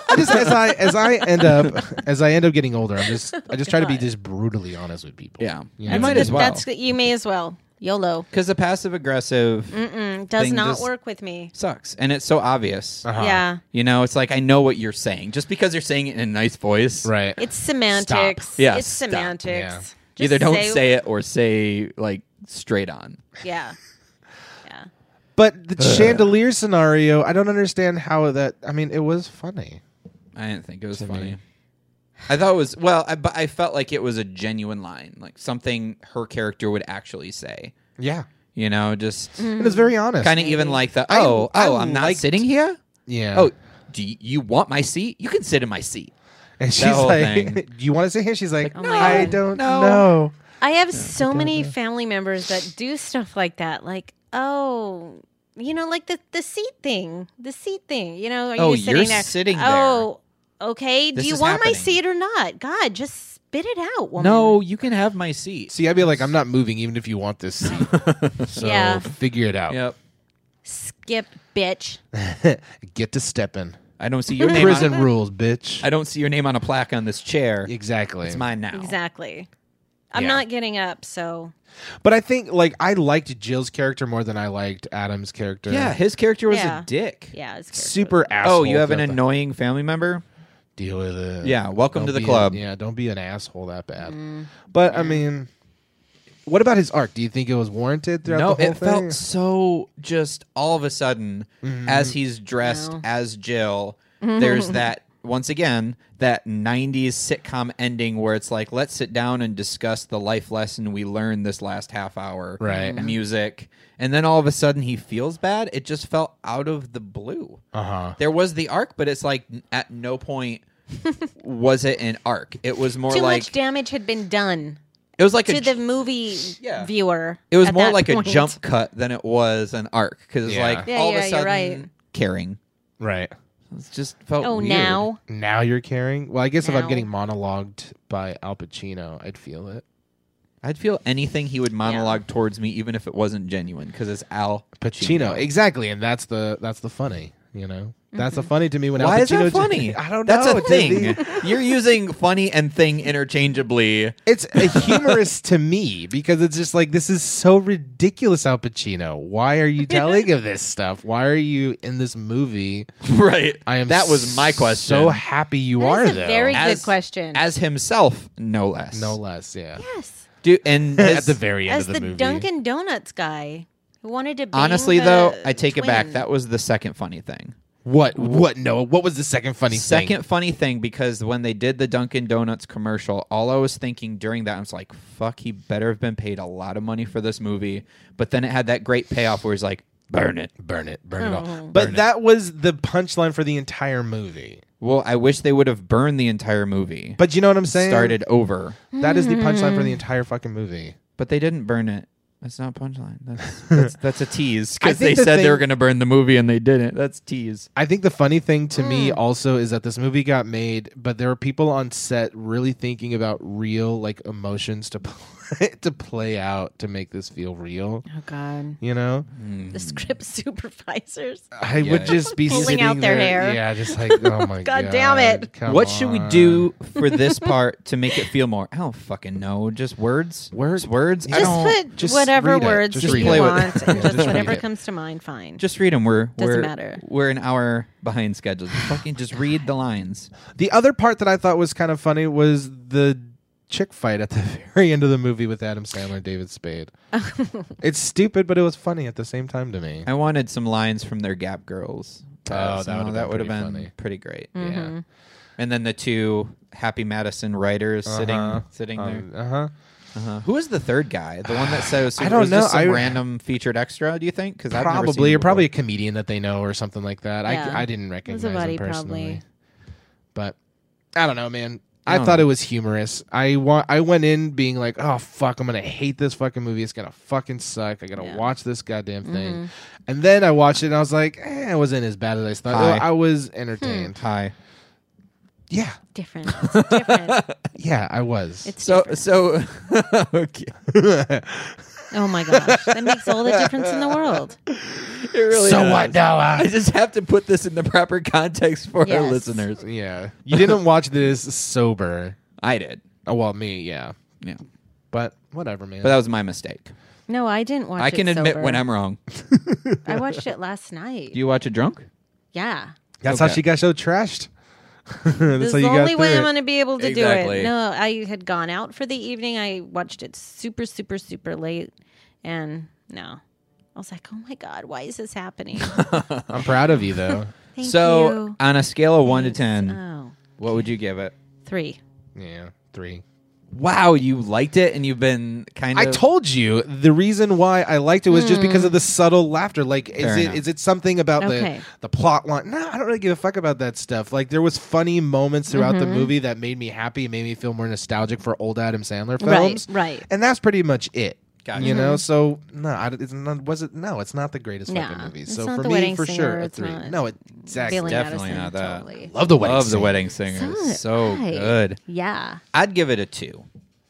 I just as I as I end up as I end up getting older, I'm just I just try to be God. just brutally honest with people. Yeah. You I know? might as well. That's you may as well. YOLO Because the passive aggressive Mm, does Thing not just- work with me. sucks. And it's so obvious. Uh-huh. Yeah. You know, it's like I know what you're saying. Just because you're saying it in a nice voice. Right. It's semantics. Yeah, it's stop. semantics. Yeah. Just Either don't say it or say like straight on. Yeah. Yeah. but the chandelier scenario, I don't understand how that. I mean, it was funny. I didn't think it was funny. I thought it was well, I, but I felt like it was a genuine line, like something her character would actually say. Yeah, e- You know, just it was very honest. kind of even like the Mm. I- oh I oh I'm not liked- sitting here. Yeah. Oh, do you, you want my seat? You can sit in my seat. and she's whole like, thing. "Do you want to sit here?" She's like, my "I God. don't No. know." I have so many family members that do stuff like that. Like, oh, you know, like the the seat thing, the seat thing. You know, are Oh, you you're sitting there? sitting there. Oh, okay. This do you is want my happening. seat or not? God, just spit it out, woman. No, you can have my seat. See, I'd be like, "I'm not moving, even if you want this seat." so Yeah. figure it out. Yep. skip, bitch. Get to stepping. I don't see your name. Prison On, rules, bitch. I don't see your name on a plaque on this chair. exactly. It's mine now. Exactly. I'm Yeah. not getting up, so But I think like I liked Jill's character more than I liked Adam's character. Yeah, his character was Yeah. a dick. yeah, it's character. Super asshole. Oh, you have an to the- annoying family member? deal with it. Yeah, welcome Don't to the be club. Mm. A, yeah, don't be an asshole that bad. But I mean, what about his arc? Do you think it was warranted throughout No, the whole it thing? felt so just all of a sudden Mm-hmm. as he's dressed No. as Jill. Mm-hmm. There's that once again that '90s sitcom ending where it's like, let's sit down and discuss the life lesson we learned this last half hour, Right. Mm-hmm. Music, and then all of a sudden he feels bad. It just felt out of the blue. Uh huh. There was the arc, but it's like n- at no point was it an arc. It was more too like much damage had been done it was like to a the movie Yeah. viewer. It was at more that like point. a jump cut than it was an arc because Yeah. like Yeah, all yeah, of a you're sudden right. caring. Right. It just felt Oh, weird. now Now you're caring. Well, I guess if I'm Now. getting monologued by Al Pacino, I'd feel it. I'd feel anything he would monologue towards me, even if it wasn't genuine, because it's Al Pacino, Pacino. exactly, and that's the that's the funny. You know, that's the funny to me when Mm-hmm. Why Al is Pacino. that funny? I don't know. That's a dude. thing. You're using funny and thing interchangeably. It's a humorous to me because it's just like this is so ridiculous, Al Pacino. Why are you telling of this stuff? Why are you in this movie? right. I am. That was my question. So happy you That are is a though. very As- good question. As himself, no less. no less, yeah. yes, Dude, and At his- the very end as of the, the, movie, Dunkin' Donuts guy who wanted to. bang honestly the though, I take it back. twin. That was the second funny thing. What? What? No. What was the second funny Second thing? funny thing because when they did the Dunkin' Donuts commercial, all I was thinking during that I was like, "Fuck, he better have been paid a lot of money for this movie." But then it had that great payoff where he's like, "Burn it." Burn it. Burn it all. Oh. But that was the punchline for the entire movie. Well, I wish they would have burned the entire movie, But you know what I'm saying? started over. That is the punchline Mm-hmm. for the entire fucking movie. But they didn't burn it. That's not punchline. That's that's, that's a tease I because think they the said thing- they were going to burn the movie and they didn't. That's tease. I think the funny thing to Mm. me also is that this movie got made, but there were people on set really thinking about real like emotions to play, to play out to make this feel real. Oh God, You know, Mm. the script supervisors. I Yeah. would just be Pulling sitting out their there- hair. Yeah, just like oh my god, God damn it. come what should we on. do for this part to make it feel more? I don't fucking know. Just words. Words. Words. I Just don't. put just whatever read it. words Just that read you it. want, Just and just read whatever it. comes to mind. Fine. Just read them. We're Doesn't we're matter. we're an hour behind schedule. Just fucking just read the lines. The other part that I thought was kind of funny was the chick fight at the very end of the movie with Adam Sandler and David Spade. it's stupid, but it was funny at the same time to me. I wanted some lines from their Gap Girls. Uh, Oh, that so would've been that would have pretty been funny. pretty great. Mm. Mm-hmm. Yeah. And then the two Happy Madison writers Uh-huh. sitting sitting there. Uh huh. Uh-huh. Who was the third guy? The one that said it was I super- don't was this know. some I- random featured extra. Do you think? Because I've never probably seen you're it probably a before. comedian that they know or something like that. Yeah. I, I didn't recognize buddy, him personally, probably. but I don't know, man. I I, don't thought know. it was humorous. I wa- I went in being like, "Oh fuck, I'm gonna hate this fucking movie. It's gonna fucking suck. I gotta Yeah. Mm-hmm. watch this goddamn thing." And then I watched it and I was like, eh, "It wasn't as bad as I thought. Hi. I was entertained." Hmm. hi. Yeah, different. It's different. yeah, I was. It's So different. so okay. Oh my gosh, that makes all the difference in the world. It really so does. what, I Noah? just have to put this in the proper context for our Yes. listeners. yeah, you didn't watch this sober. I did. Oh well, me, yeah, Yeah. but whatever, man. But that was my mistake. No, I didn't watch. I it can admit sober. when I'm wrong. I watched it last night. Do you watch it drunk? yeah, That's how Okay. she got so trashed. That's this how you is the got only way through I'm it. going to be able to do Exactly. it. No, I had gone out for the evening. I watched it super, super, super late, and no, I was like, oh my god, why is this happening? I'm proud of you though. Thank so, you. on a scale of 1 to Thanks. um, 10, Oh, what would you give it? three. yeah, three. Wow, you liked it and you've been kind I of told you the reason why I liked it was just because of the subtle laughter. Like, Fair is it is enough. it something about Hmm. Okay. the the plot line? No, I don't really give a fuck about that stuff. Like, there was funny moments throughout Mm-hmm. the movie that made me happy, made me feel more nostalgic for old Adam Sandler films, Right, Mm-hmm. right. And that's pretty much it. Gotcha. You know, so no, I, it's not, was it? No, it's not the greatest No, fucking movie. it's So not for The me, Wedding for sure, Singer, a it's three. not No, it exactly. Billy definitely Madison, not that. Totally. Love the wedding. love the Singer. wedding singer. It's so Right. good. Yeah. I'd give it a 2.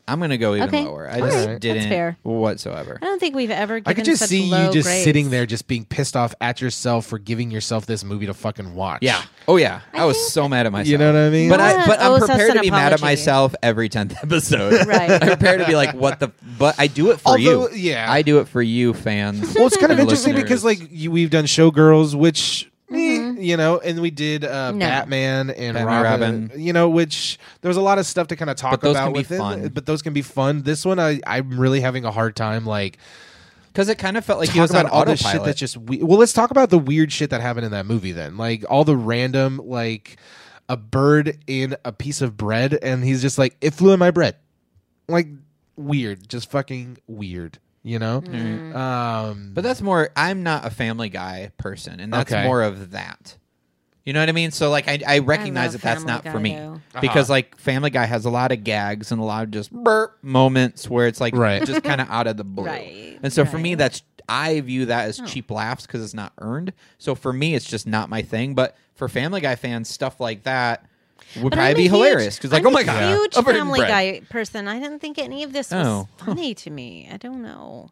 I'm gonna go even Okay. lower. I All just right. That's didn't fair. Uh, whatsoever. I don't think we've ever. Given I could just such see low you just grades. sitting there, just being pissed off at yourself for giving yourself this movie to fucking watch. Yeah. Oh yeah. I, I was think- so mad at myself. you know what I mean. But No I one but I'm owes us prepared an to be mad at apology. myself every tenth episode. Right. I'm prepared to be like, what the? But I do it for Although- you. yeah. I do it for you, fans. well, it's kind of and interesting because listeners. like you, we've done Showgirls, which eh, you know, and we did uh, Mm-hmm. No. Batman and Batman, Robin, Robin. you know, which there was a lot of stuff to kind of talk But those about can be within, fun. but those can be fun. This one, I I'm really having a hard time like because it kind of felt like he talk was on about all this shit autopilot. that's just we- well let's talk about the weird shit that happened in that movie then like all the random like a bird in a piece of bread and he's just like it flew in my bread like weird just fucking weird you know um But that's more. I'm not a Family Guy person, and that's Okay. more of that. You know what I mean? So like, I, I recognize that love that's Family not Guy, for me though. Uh-huh. because like Family Guy has a lot of gags and a lot of just burp moments where it's like Right. just kind of out of the blue. Right, And so for me, right. that's I view that as cheap laughs because it's not earned. So for me, it's just not my thing. But for Family Guy fans, stuff like that would But probably I'm be a huge- hilarious because like, I'm oh my a god, huge a bird and Family bread. Guy person. I didn't think any of this was Oh. funny to me. I don't know.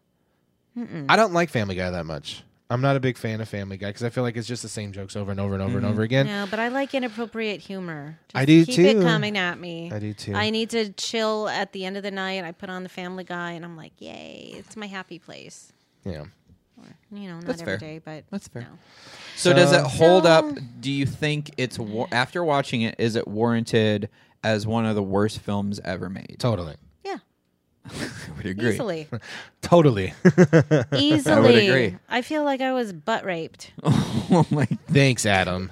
i don't like family guy that much i'm not a big fan of family guy because i feel like it's just the same jokes over and over and over and over again No, but I like inappropriate humor. Just I do keep too. it coming at me. I do too. I need to chill at the end of the night. I put on the Family Guy, and I'm like, yay! It's my happy place. yeah You know, not That's every fair. day, but That's fair. no. So does it So- hold No. up? Do you think it's war- after watching it? Is it warranted as one of the worst films ever made? totally Yeah, I would agree. easily, totally easily. agree. I feel like I was butt raped. Oh my! thanks adam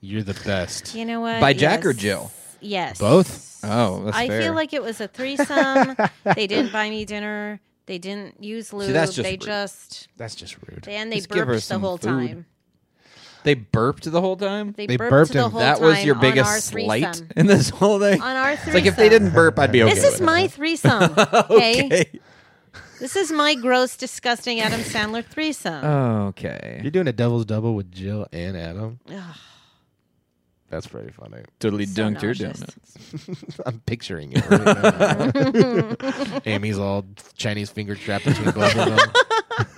you're the best You know what? By Jack or Yes. Jill? Yes, Both? Oh, that's I fair. feel like it was a threesome. they didn't buy me dinner. They didn't use lube. that's just they rude. just that's just rude and they Just give her burped the some whole food. time. they burped the whole time. They, They burped, burped the and whole that time. was your on our biggest slight threesome. in this whole thing. On our It's threesome. like if they didn't burp, I'd be okay. This is with my threesome. it. Okay. okay. This is my gross, disgusting Adam Sandler threesome. Okay. You're doing a devil's double with Jill and Adam. Ugh, That's pretty funny. Totally so dunked her nauseous. donut. I'm picturing it. Right now. Amy's all Chinese finger trapped between both of them.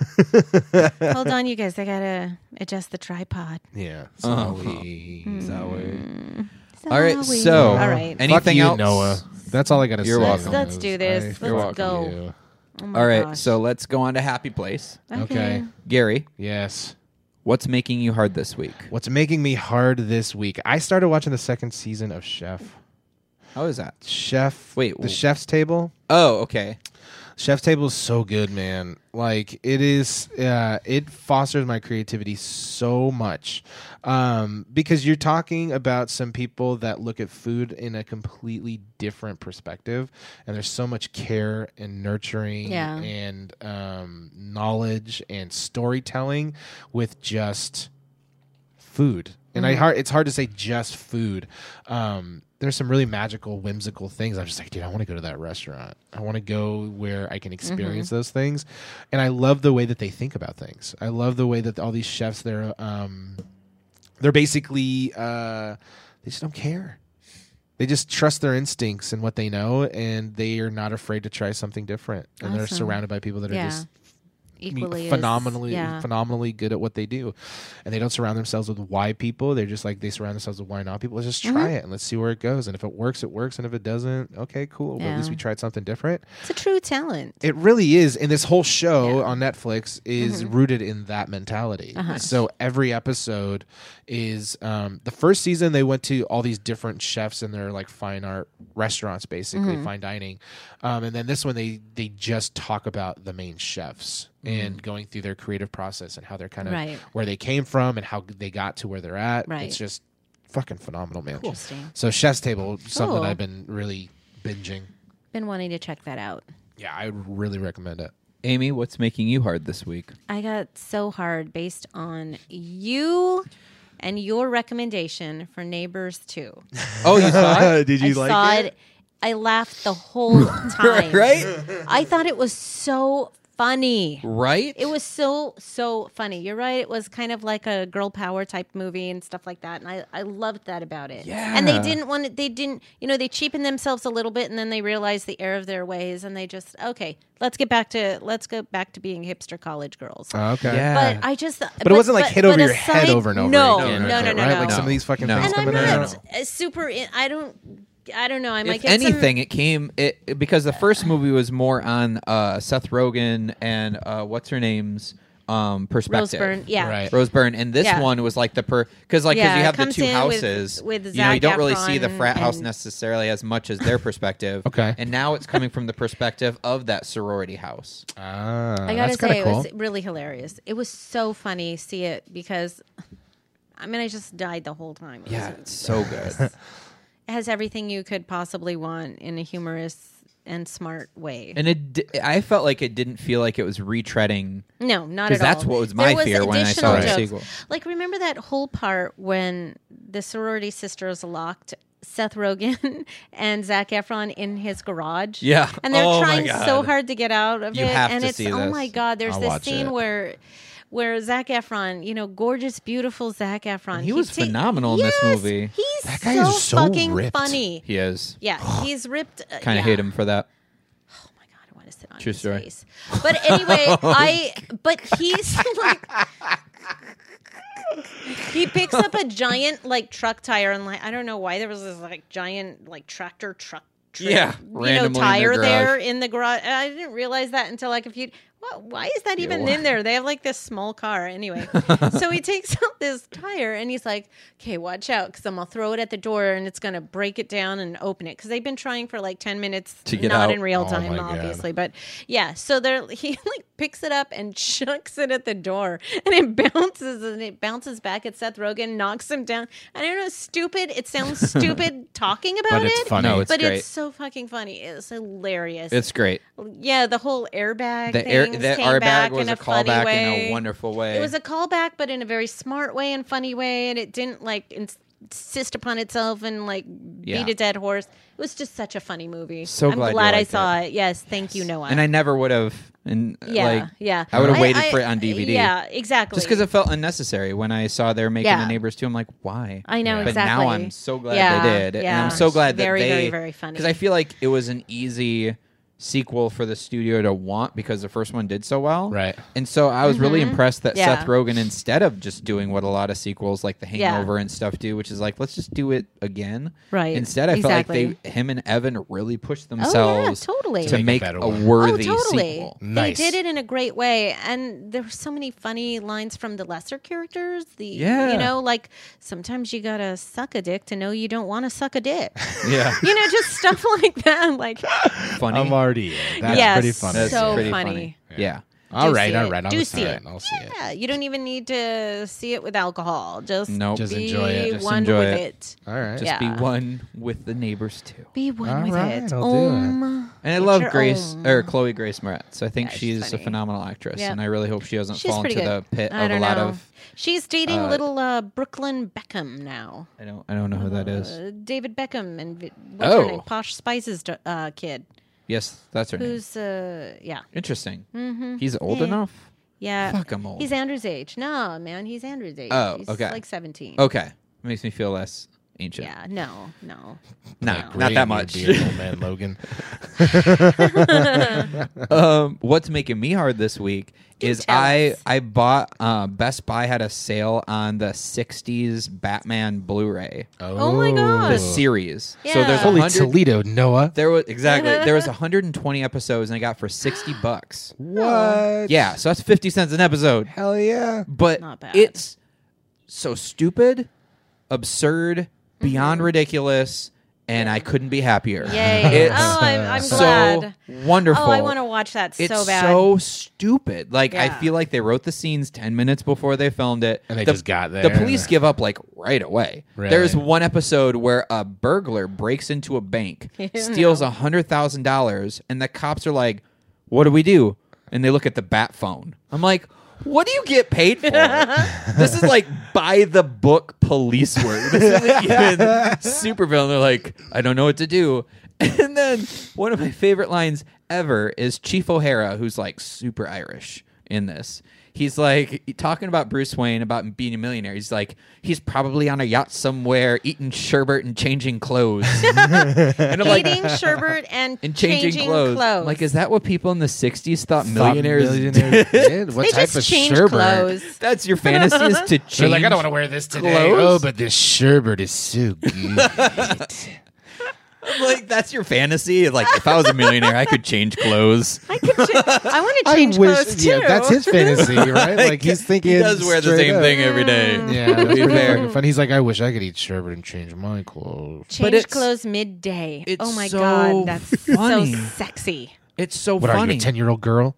Hold on, you guys. I gotta adjust the tripod. Mm. Yeah. Uh-huh. Sorry. All right. Sorry. So, all right. anything Fuck you, else? Noah. That's all I gotta You're say. welcome. on Let's do this. I- Let's fuck go. you. Oh my All right. gosh. So let's go on to happy place. Okay. Gary, Yes. what's making you hard this week? What's making me hard this week? I started watching the second season of Chef. How is that? Chef. Wait, The wh- Chef's Table. Oh, okay. Chef's Table is so good, man. Like it is, uh, it fosters my creativity so much um, because you're talking about some people that look at food in a completely different perspective, and there's so much care and nurturing Yeah. and um, knowledge and storytelling with just food. And Mm-hmm. I hard, it's hard to say just food. Um, there's some really magical, whimsical things. I'm just like, dude, I want to go to that restaurant. I want to go where Mm-hmm. I can experience those things. And I love the way that they think about things. I love the way that all these chefs, they're um, they're basically uh, they just don't care. They just trust their instincts and what they know, and they are not afraid to try something different. And they're Awesome. surrounded by people that Yeah. are just equally as- phenomenally yeah. phenomenally good at what they do and they don't surround themselves with why people they're just like they surround themselves with why not people let's just Mm-hmm. try it and let's see where it goes and if it works it works and if it doesn't okay cool but at least Yeah. we tried something different it's a true talent. it really is and this whole show on netflix is Mm-hmm. rooted in that mentality Uh-huh. so every episode is um, the first season they went to all these different chefs and their like fine art restaurants basically Mm-hmm. fine dining um, and then this one they they just talk about the main chefs and going through their creative process and how they're kind of Mm-hmm. Right. where they came from and how they got to where they're at Right. it's just fucking phenomenal man Interesting. so chef's table something Cool. i've been really binging Been wanting to check that out. yeah i really recommend it Amy, what's making you hard this week? I got so hard based on you and your recommendation for Neighbors 2. Oh, you saw it? Did I saw it. I laughed the whole time. right? I thought it was so funny. right? It was so so funny. You're right. It was kind of like a girl power type movie and stuff like that. And I, I loved that about it. And they Yeah. didn't want to, they didn't you know they cheapened themselves a little bit and then they realized the error of their ways and they just okay let's get back to let's go back to being hipster college girls. okay. Yeah. but I just but, Oh, But it wasn't like hit but over your head aside- over and over No again. no no right? no no. Right? Like no. some of these fucking No. things and I'm coming out. not uh, super. In, I don't. I don't know. I might if get some- anything, it came it, it- because the first movie was more on uh, Seth Rogen and uh, what's her name's um, Rose perspective. Byrne. Yeah. Right. Rose Byrne, and this Yeah. one was like the per because like 'cause Yeah, you it have the comes two in with- houses, with you know, you Zac don't really see the Efron frat house and- necessarily as much as their perspective. Okay. and now it's coming from the perspective of that sorority house. Ah, Oh, I gotta that's kind say, of cool. it was really hilarious. It was so funny to see it because, I mean, I just died the whole time. It Yeah, was- it's so good. it has everything you could possibly want in a humorous and smart way. And it, di- I felt like it didn't feel like it was retreading. No, not 'Cause at all. that's what was my There fear when I additional saw the jokes. sequel. Like, remember that whole part when the sorority sisters locked Seth Rogen and Zach Efron in his garage? Yeah. and they're Oh my trying so God. hard to get out of You it. have and to it's see oh this. my god, there's I'll this watch scene it. where where Zach Efron, you know, gorgeous, beautiful Zach Efron. He was phenomenal in this Yes, movie. He's That guy so, is so fucking ripped. funny. He is Yeah, he's ripped. Uh, kind of yeah. hate him for that. Oh my god, I want to sit on True his story. face. But anyway, I but he's like he picks up a giant like truck tire and like I don't know why there was this like giant like tractor truck tri- Yeah, you know randomly in tire their there garage. in the garage. And I didn't realize that until like a few. What, why is that even why? in there? They have like this small car anyway. so he takes out this tire and he's like, "Okay, watch out, because I'm gonna throw it at the door and it's gonna break it down and open it." Because they've been trying for like ten minutes To get not out. in real Oh time, my God. obviously, but yeah. So there, he like picks it up and chucks it at the door, and it bounces and it bounces back at Seth Rogen, knocks him down. I don't know, stupid. It sounds stupid talking about But it, it's funny. No, it's but great. it's so fucking funny. It's hilarious. It's great. yeah, the whole airbag. The air, things the came airbag back was in a, a, funny callback way. in a wonderful way. It was a callback, but in a very smart way and funny way, and it didn't like ins- insist upon itself and like Yeah. beat a dead horse. It was just such a funny movie. So I'm glad glad, you I liked saw it. Yes, thank you, Noah. and I never would have. And yeah, like, yeah, I would've waited for it on DVD. Yeah, exactly. just because it felt unnecessary when I saw they were making Yeah. the neighbors too. I'm like, why? I know but exactly. now I'm so glad Yeah, they did, and yeah. I'm so glad that very, they very, very funny. because I feel like it was an easy sequel for the studio to want because the first one did so well, Right. And so I was really impressed that Mm-hmm. Yeah. Seth Rogen, instead of just doing what a lot of sequels like The Yeah. Hangover and stuff do, which is like let's just do it again, Right. Instead, I felt Exactly. Oh, like they, him and Evan, really pushed themselves totally. to Make a make better a, one. worthy oh, totally. sequel. Nice. They did it in a great way, and there were so many funny lines from the lesser characters. The Yeah. you know, like sometimes you gotta suck a dick to know you don't want to suck a dick. Yeah, you know, just stuff like that. Like, funny. I'm already in. That's yes, pretty funny. That's so pretty funny. funny. yeah. all Do right, see all it. right. I'll Do see, see it. it. I'll see it. Yeah, you don't even need to see it with alcohol. Just Nope. Just be enjoy it. Just one enjoy with it. it. All right. Just Yeah. be one with the neighbors too. Be one All with right, it. Um, I'll do Om. And I Get love your Grace own. or Chloe Grace Moretz. I think Yeah, she's she's, a funny. phenomenal actress, Yeah. and I really hope she doesn't She's fall pretty into good. the pit I of a don't lot know. of. She's dating uh, little uh, Brooklyn Beckham now. I don't. I don't know who Oh, that is. Uh, David Beckham and Vi- what's Oh. her name? Posh Spice's da- uh, kid. Yes, that's her name. Who's Mm-hmm. uh yeah. Interesting. He's old enough. Yeah. Fuck, I'm old. He's Andrew's age. No, man, he's Andrew's age. Oh, he's okay. like 17. Okay, makes me feel less ancient. Yeah, no, no. Nah, Like, not great that in your much. beard, old man Logan. um, what's making me hard this week is tell I us. I bought uh, Best Buy had a sale on the '60s Batman Blu-ray Oh my the God. series. So Yeah. there's Holy 100 Toledo, Noah. There was exactly there was 120 episodes and I got for 60 bucks. What? Yeah, so that's 50 cents an episode. Hell yeah. But Not bad. it's so stupid, absurd, Mm-hmm. beyond ridiculous, and I couldn't be happier. Yay. It's oh, I'm, I'm so glad. wonderful. Oh, I want to watch that It's so bad. so stupid. Like I Yeah. feel like they wrote the scenes ten minutes before they filmed it, And they the, just got there. The police give up like right away. Really? There's one episode where a burglar breaks into a bank, steals a hundred thousand dollars, and the cops are like, "What do we do?" And they look at the bat phone. I'm like. What do you get paid for? this is like by the book police work. This isn't even super villain. They're like, I don't know what to do. And then one of my favorite lines ever is Chief O'Hara, who's like super Irish in this. He's like talking about Bruce Wayne about being a millionaire. He's like, he's probably on a yacht somewhere eating sherbet and changing clothes. and I'm like, Eating sherbet and, and changing, clothes. I'm Like, is that what people in the 60s thought millionaires millionaires did? What they type just of change sherbet? clothes. That's your fantasy is to change. They're like, I don't want to wear this today. clothes? Oh, but this sherbet is so good. I'm like, that's your fantasy. Like, if I was a millionaire, I could change clothes. I, could cha- I want to change clothes too. Yeah, that's his fantasy, right? Like he's thinking. he does wear the straight same up. thing every day. Yeah, to that's be pretty fair. fucking fun. He's like, I wish I could eat sherbet and change my clothes. But Change it's- clothes midday. it's oh my so god, that's funny. so sexy. It's so What are you, funny. a ten-year-old girl?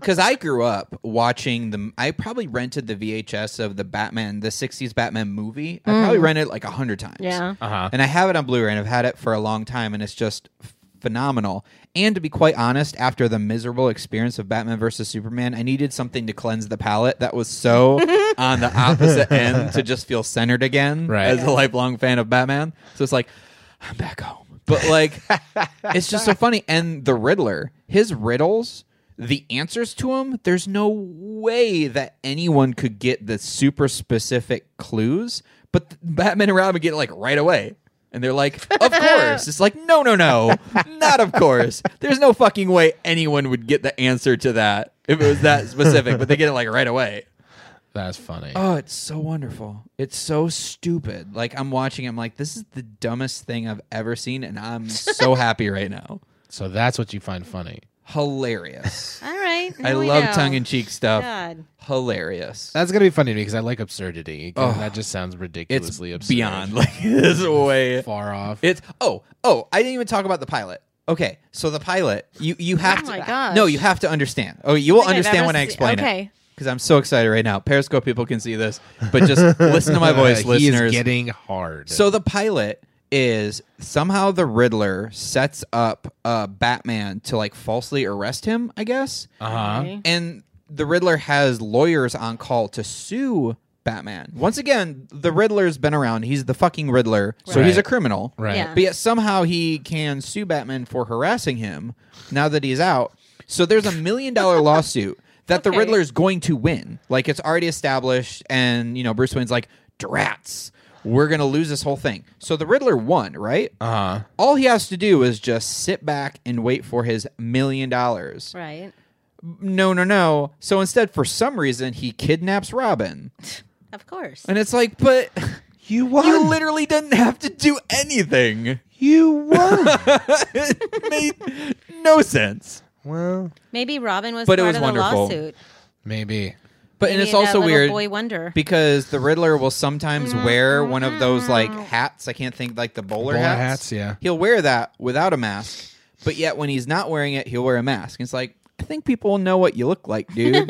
because I grew up watching the. I probably rented the VHS of the Batman, the '60s Batman movie. I probably rented it like a hundred times. Yeah. Uh-huh. and I have it on Blu-ray, and I've had it for a long time, and it's just f- phenomenal. And to be quite honest, after the miserable experience of Batman versus Superman, I needed something to cleanse the palate that was so on the opposite end to just feel centered again. Right. as a lifelong fan of Batman, so it's like I'm back home. But like, it's just so funny. And the Riddler, his riddles, the answers to them, there's no way that anyone could get the super specific clues. But th- Batman and Robin get it like right away. And they're like, of course. It's like, no, no, no, not of course. There's no fucking way anyone would get the answer to that if it was that specific, but they get it like right away. That's funny. Oh, it's so wonderful. It's so stupid. Like, I'm watching, I'm like, this is the dumbest thing I've ever seen. And I'm so happy right now. So that's what you find funny. Hilarious. All right. I now we love know. tongue in cheek stuff. God. Hilarious. That's gonna be funny to me because I like absurdity. Again, that just sounds Oh. it's ridiculously absurd. beyond like this way. far off. It's oh oh I didn't even talk about the pilot. Okay, so the pilot you you have to Oh my gosh. no you have to understand. Oh, you will think I've understand ever when I se- explain it okay. because I'm so excited right now. Periscope people can see this, but just listen to my voice, he listeners. is getting hard. So the pilot is somehow the Riddler sets up uh, Batman to like falsely arrest him, I guess. uh-huh. Okay. And the Riddler has lawyers on call to sue Batman. Once again, the Riddler's been around. He's the fucking Riddler, so Right. he's a criminal. right. Yeah. But yet somehow he can sue Batman for harassing him now that he's out. So there's a million dollar lawsuit that the Okay. Riddler's going to win. Like it's already established, and you know Bruce Wayne's like, "Drats, we're gonna lose this whole thing." So the Riddler won, right? Uh huh. All he has to do is just sit back and wait for his million dollars Right. no, no, no. So instead, for some reason, he kidnaps Robin. Of course. And it's like, but You won. you literally didn't have to do anything. you won. it made no sense. Well, Maybe Robin was But it part was of wonderful. the lawsuit. maybe. But and Maybe it's that also little weird Boy Mm, wonder. because the Riddler will sometimes wear one of mm, those like hats. I can't think like the bowler, Bowler hats. hats, yeah. He'll wear that without a mask. But yet when he's not wearing it, he'll wear a mask. It's like, I think people will know what you look like, dude.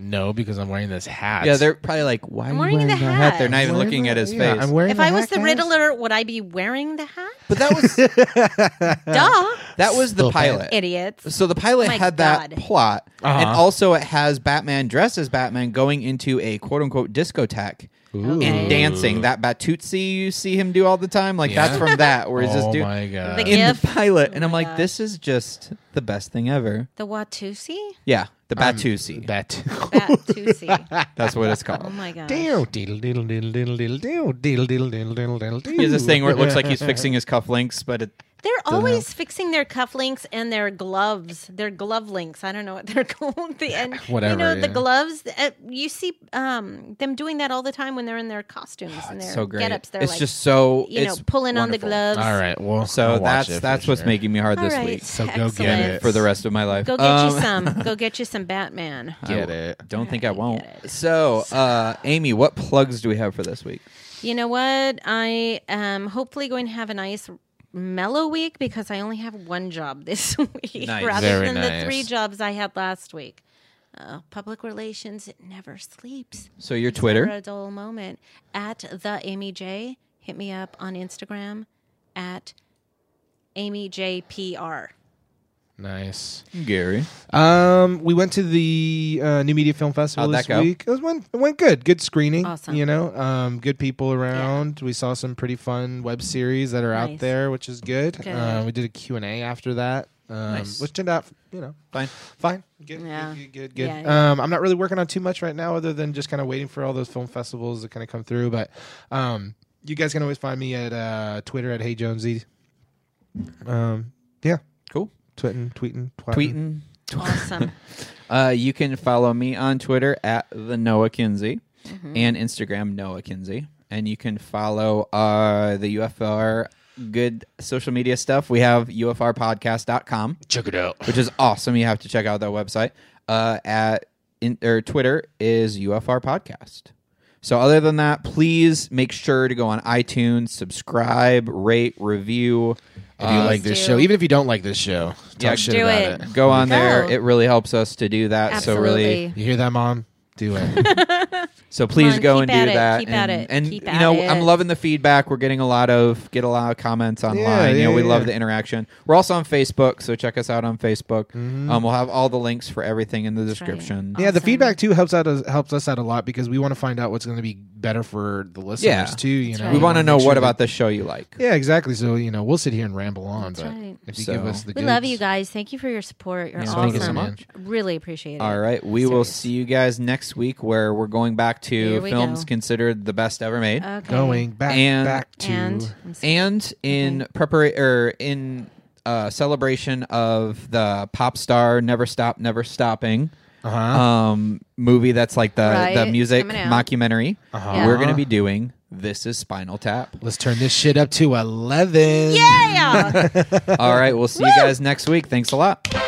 No, because I'm wearing this hat. yeah, they're probably like, why are I'm you wearing wearing the that hat? hat. They're not even Wearing looking the- at his yeah, face. I'm wearing if I was hat, the guys. Riddler, would I be wearing the hat? but that was Duh. That was the Still bad. pilot. Idiots. So the pilot Oh My had that God. plot, Uh-huh. and also it has Batman dressed as Batman going into a quote unquote discotheque Ooh. and dancing. That Batutsi you see him do all the time, like Yeah. that's from that, where he's just Oh doing my god. The in Gif. the pilot, and I'm Oh my like, God. this is just the best thing ever. The Watusi? Yeah, the Batutsi. Bat. Watusi. that's what it's oh called. my god. Diddle, diddle, diddle, diddle, diddle, diddle, diddle, diddle, diddle, diddle, diddle, diddle, He has this diddle. thing where it looks like he's fixing his cufflinks, but it, They're always fixing their cufflinks and their gloves, their glove links. I don't know what they're called. The end, you Whatever, know, yeah. the gloves. Uh, you see um, them doing that all the time when they're in their costumes and their so great. get-ups. They're Ah, It's like, just so you know, it's pulling wonderful. on the gloves. All right. Well, I'll So watch that's it for that's what's sure. making me hard All this right. week So go get Excellent. it. for the rest of my life. Go get Um, you some. Go get you some Batman. Get it. Don't think I Alright, won't. get So, uh, Amy, what plugs do we have for this week? You know what? I am hopefully going to have a nice mellow week because I only have one job this week Nice. rather Very than nice. the three jobs I had last week. Uh, public relations, it never sleeps. So your Except for Twitter, a dull moment at the Amy J. Hit me up on Instagram at Amy J P R. Nice. Gary. Um, we went to the uh, New Media Film Festival How'd that this go? week. It was went, it went good. Good screening. Awesome. You know, um, good people around. We saw some pretty fun web series that are out Nice. there, which is good. Good. Uh, we did a Q and A after that. um, Nice. which turned out you know Fine. fine. Good, Yeah. good, good, good. Yeah, good. Um, I'm not really working on too much right now, other than just kind of waiting for all those film festivals to kind of come through. But um, you guys can always find me at uh, Twitter at Hey Jonesy. Um, yeah, Cool. twitting, tweeting, twatting. Tweeting. Awesome. Uh, you can follow me on Twitter at the Noah Kinsey and Instagram Noah Kinsey, and you can follow uh, the UFR good social media stuff. We have UFRpodcast.com, Check it out. which is awesome. You have to check out that website. Uh, at in, or Twitter is UFR Podcast. So other than that, please make sure to go on iTunes, subscribe, rate, review. If you Uh, like this do. show, even if you don't like this show, talk Yeah, shit do about it. it. go on there. Go. It really helps us to do that. So Absolutely. really You hear that, mom? Do it. So please on, go keep and at do it, that. keep at and it, and, keep you at know, it. I'm loving the feedback. We're getting a lot of get a lot of comments online. you yeah, know, we yeah. love the interaction. We're also on Facebook, so check us out on Facebook. Mm-hmm. Um, we'll have all the links for everything in the right. description. Yeah, the Awesome. feedback too helps out us, helps us out a lot because we want to find out what's going to be better for the listeners Yeah. too. You know, right. We want to know make sure what that- about the show you like. Yeah, exactly. So you know, we'll sit here and ramble on, That's but right. if you So- give us the, we love goods- you guys. Thank you for your support. You're Yeah, awesome. thank you so much. Really appreciate it. All right, we will Serious. see you guys next week, where we're going back to Here we films go. Uh, considered the best ever made, Okay. Going back, And- back to and I'm sorry. and in prepar or in uh, celebration of the pop star Never Stop Never Stopping. uh-huh. um, movie that's like the Right, the it's music coming out. mockumentary. Uh-huh. We're gonna be doing this is Spinal Tap. Let's turn this shit up to eleven. Yeah. All right, we'll see you guys next week. Thanks a lot.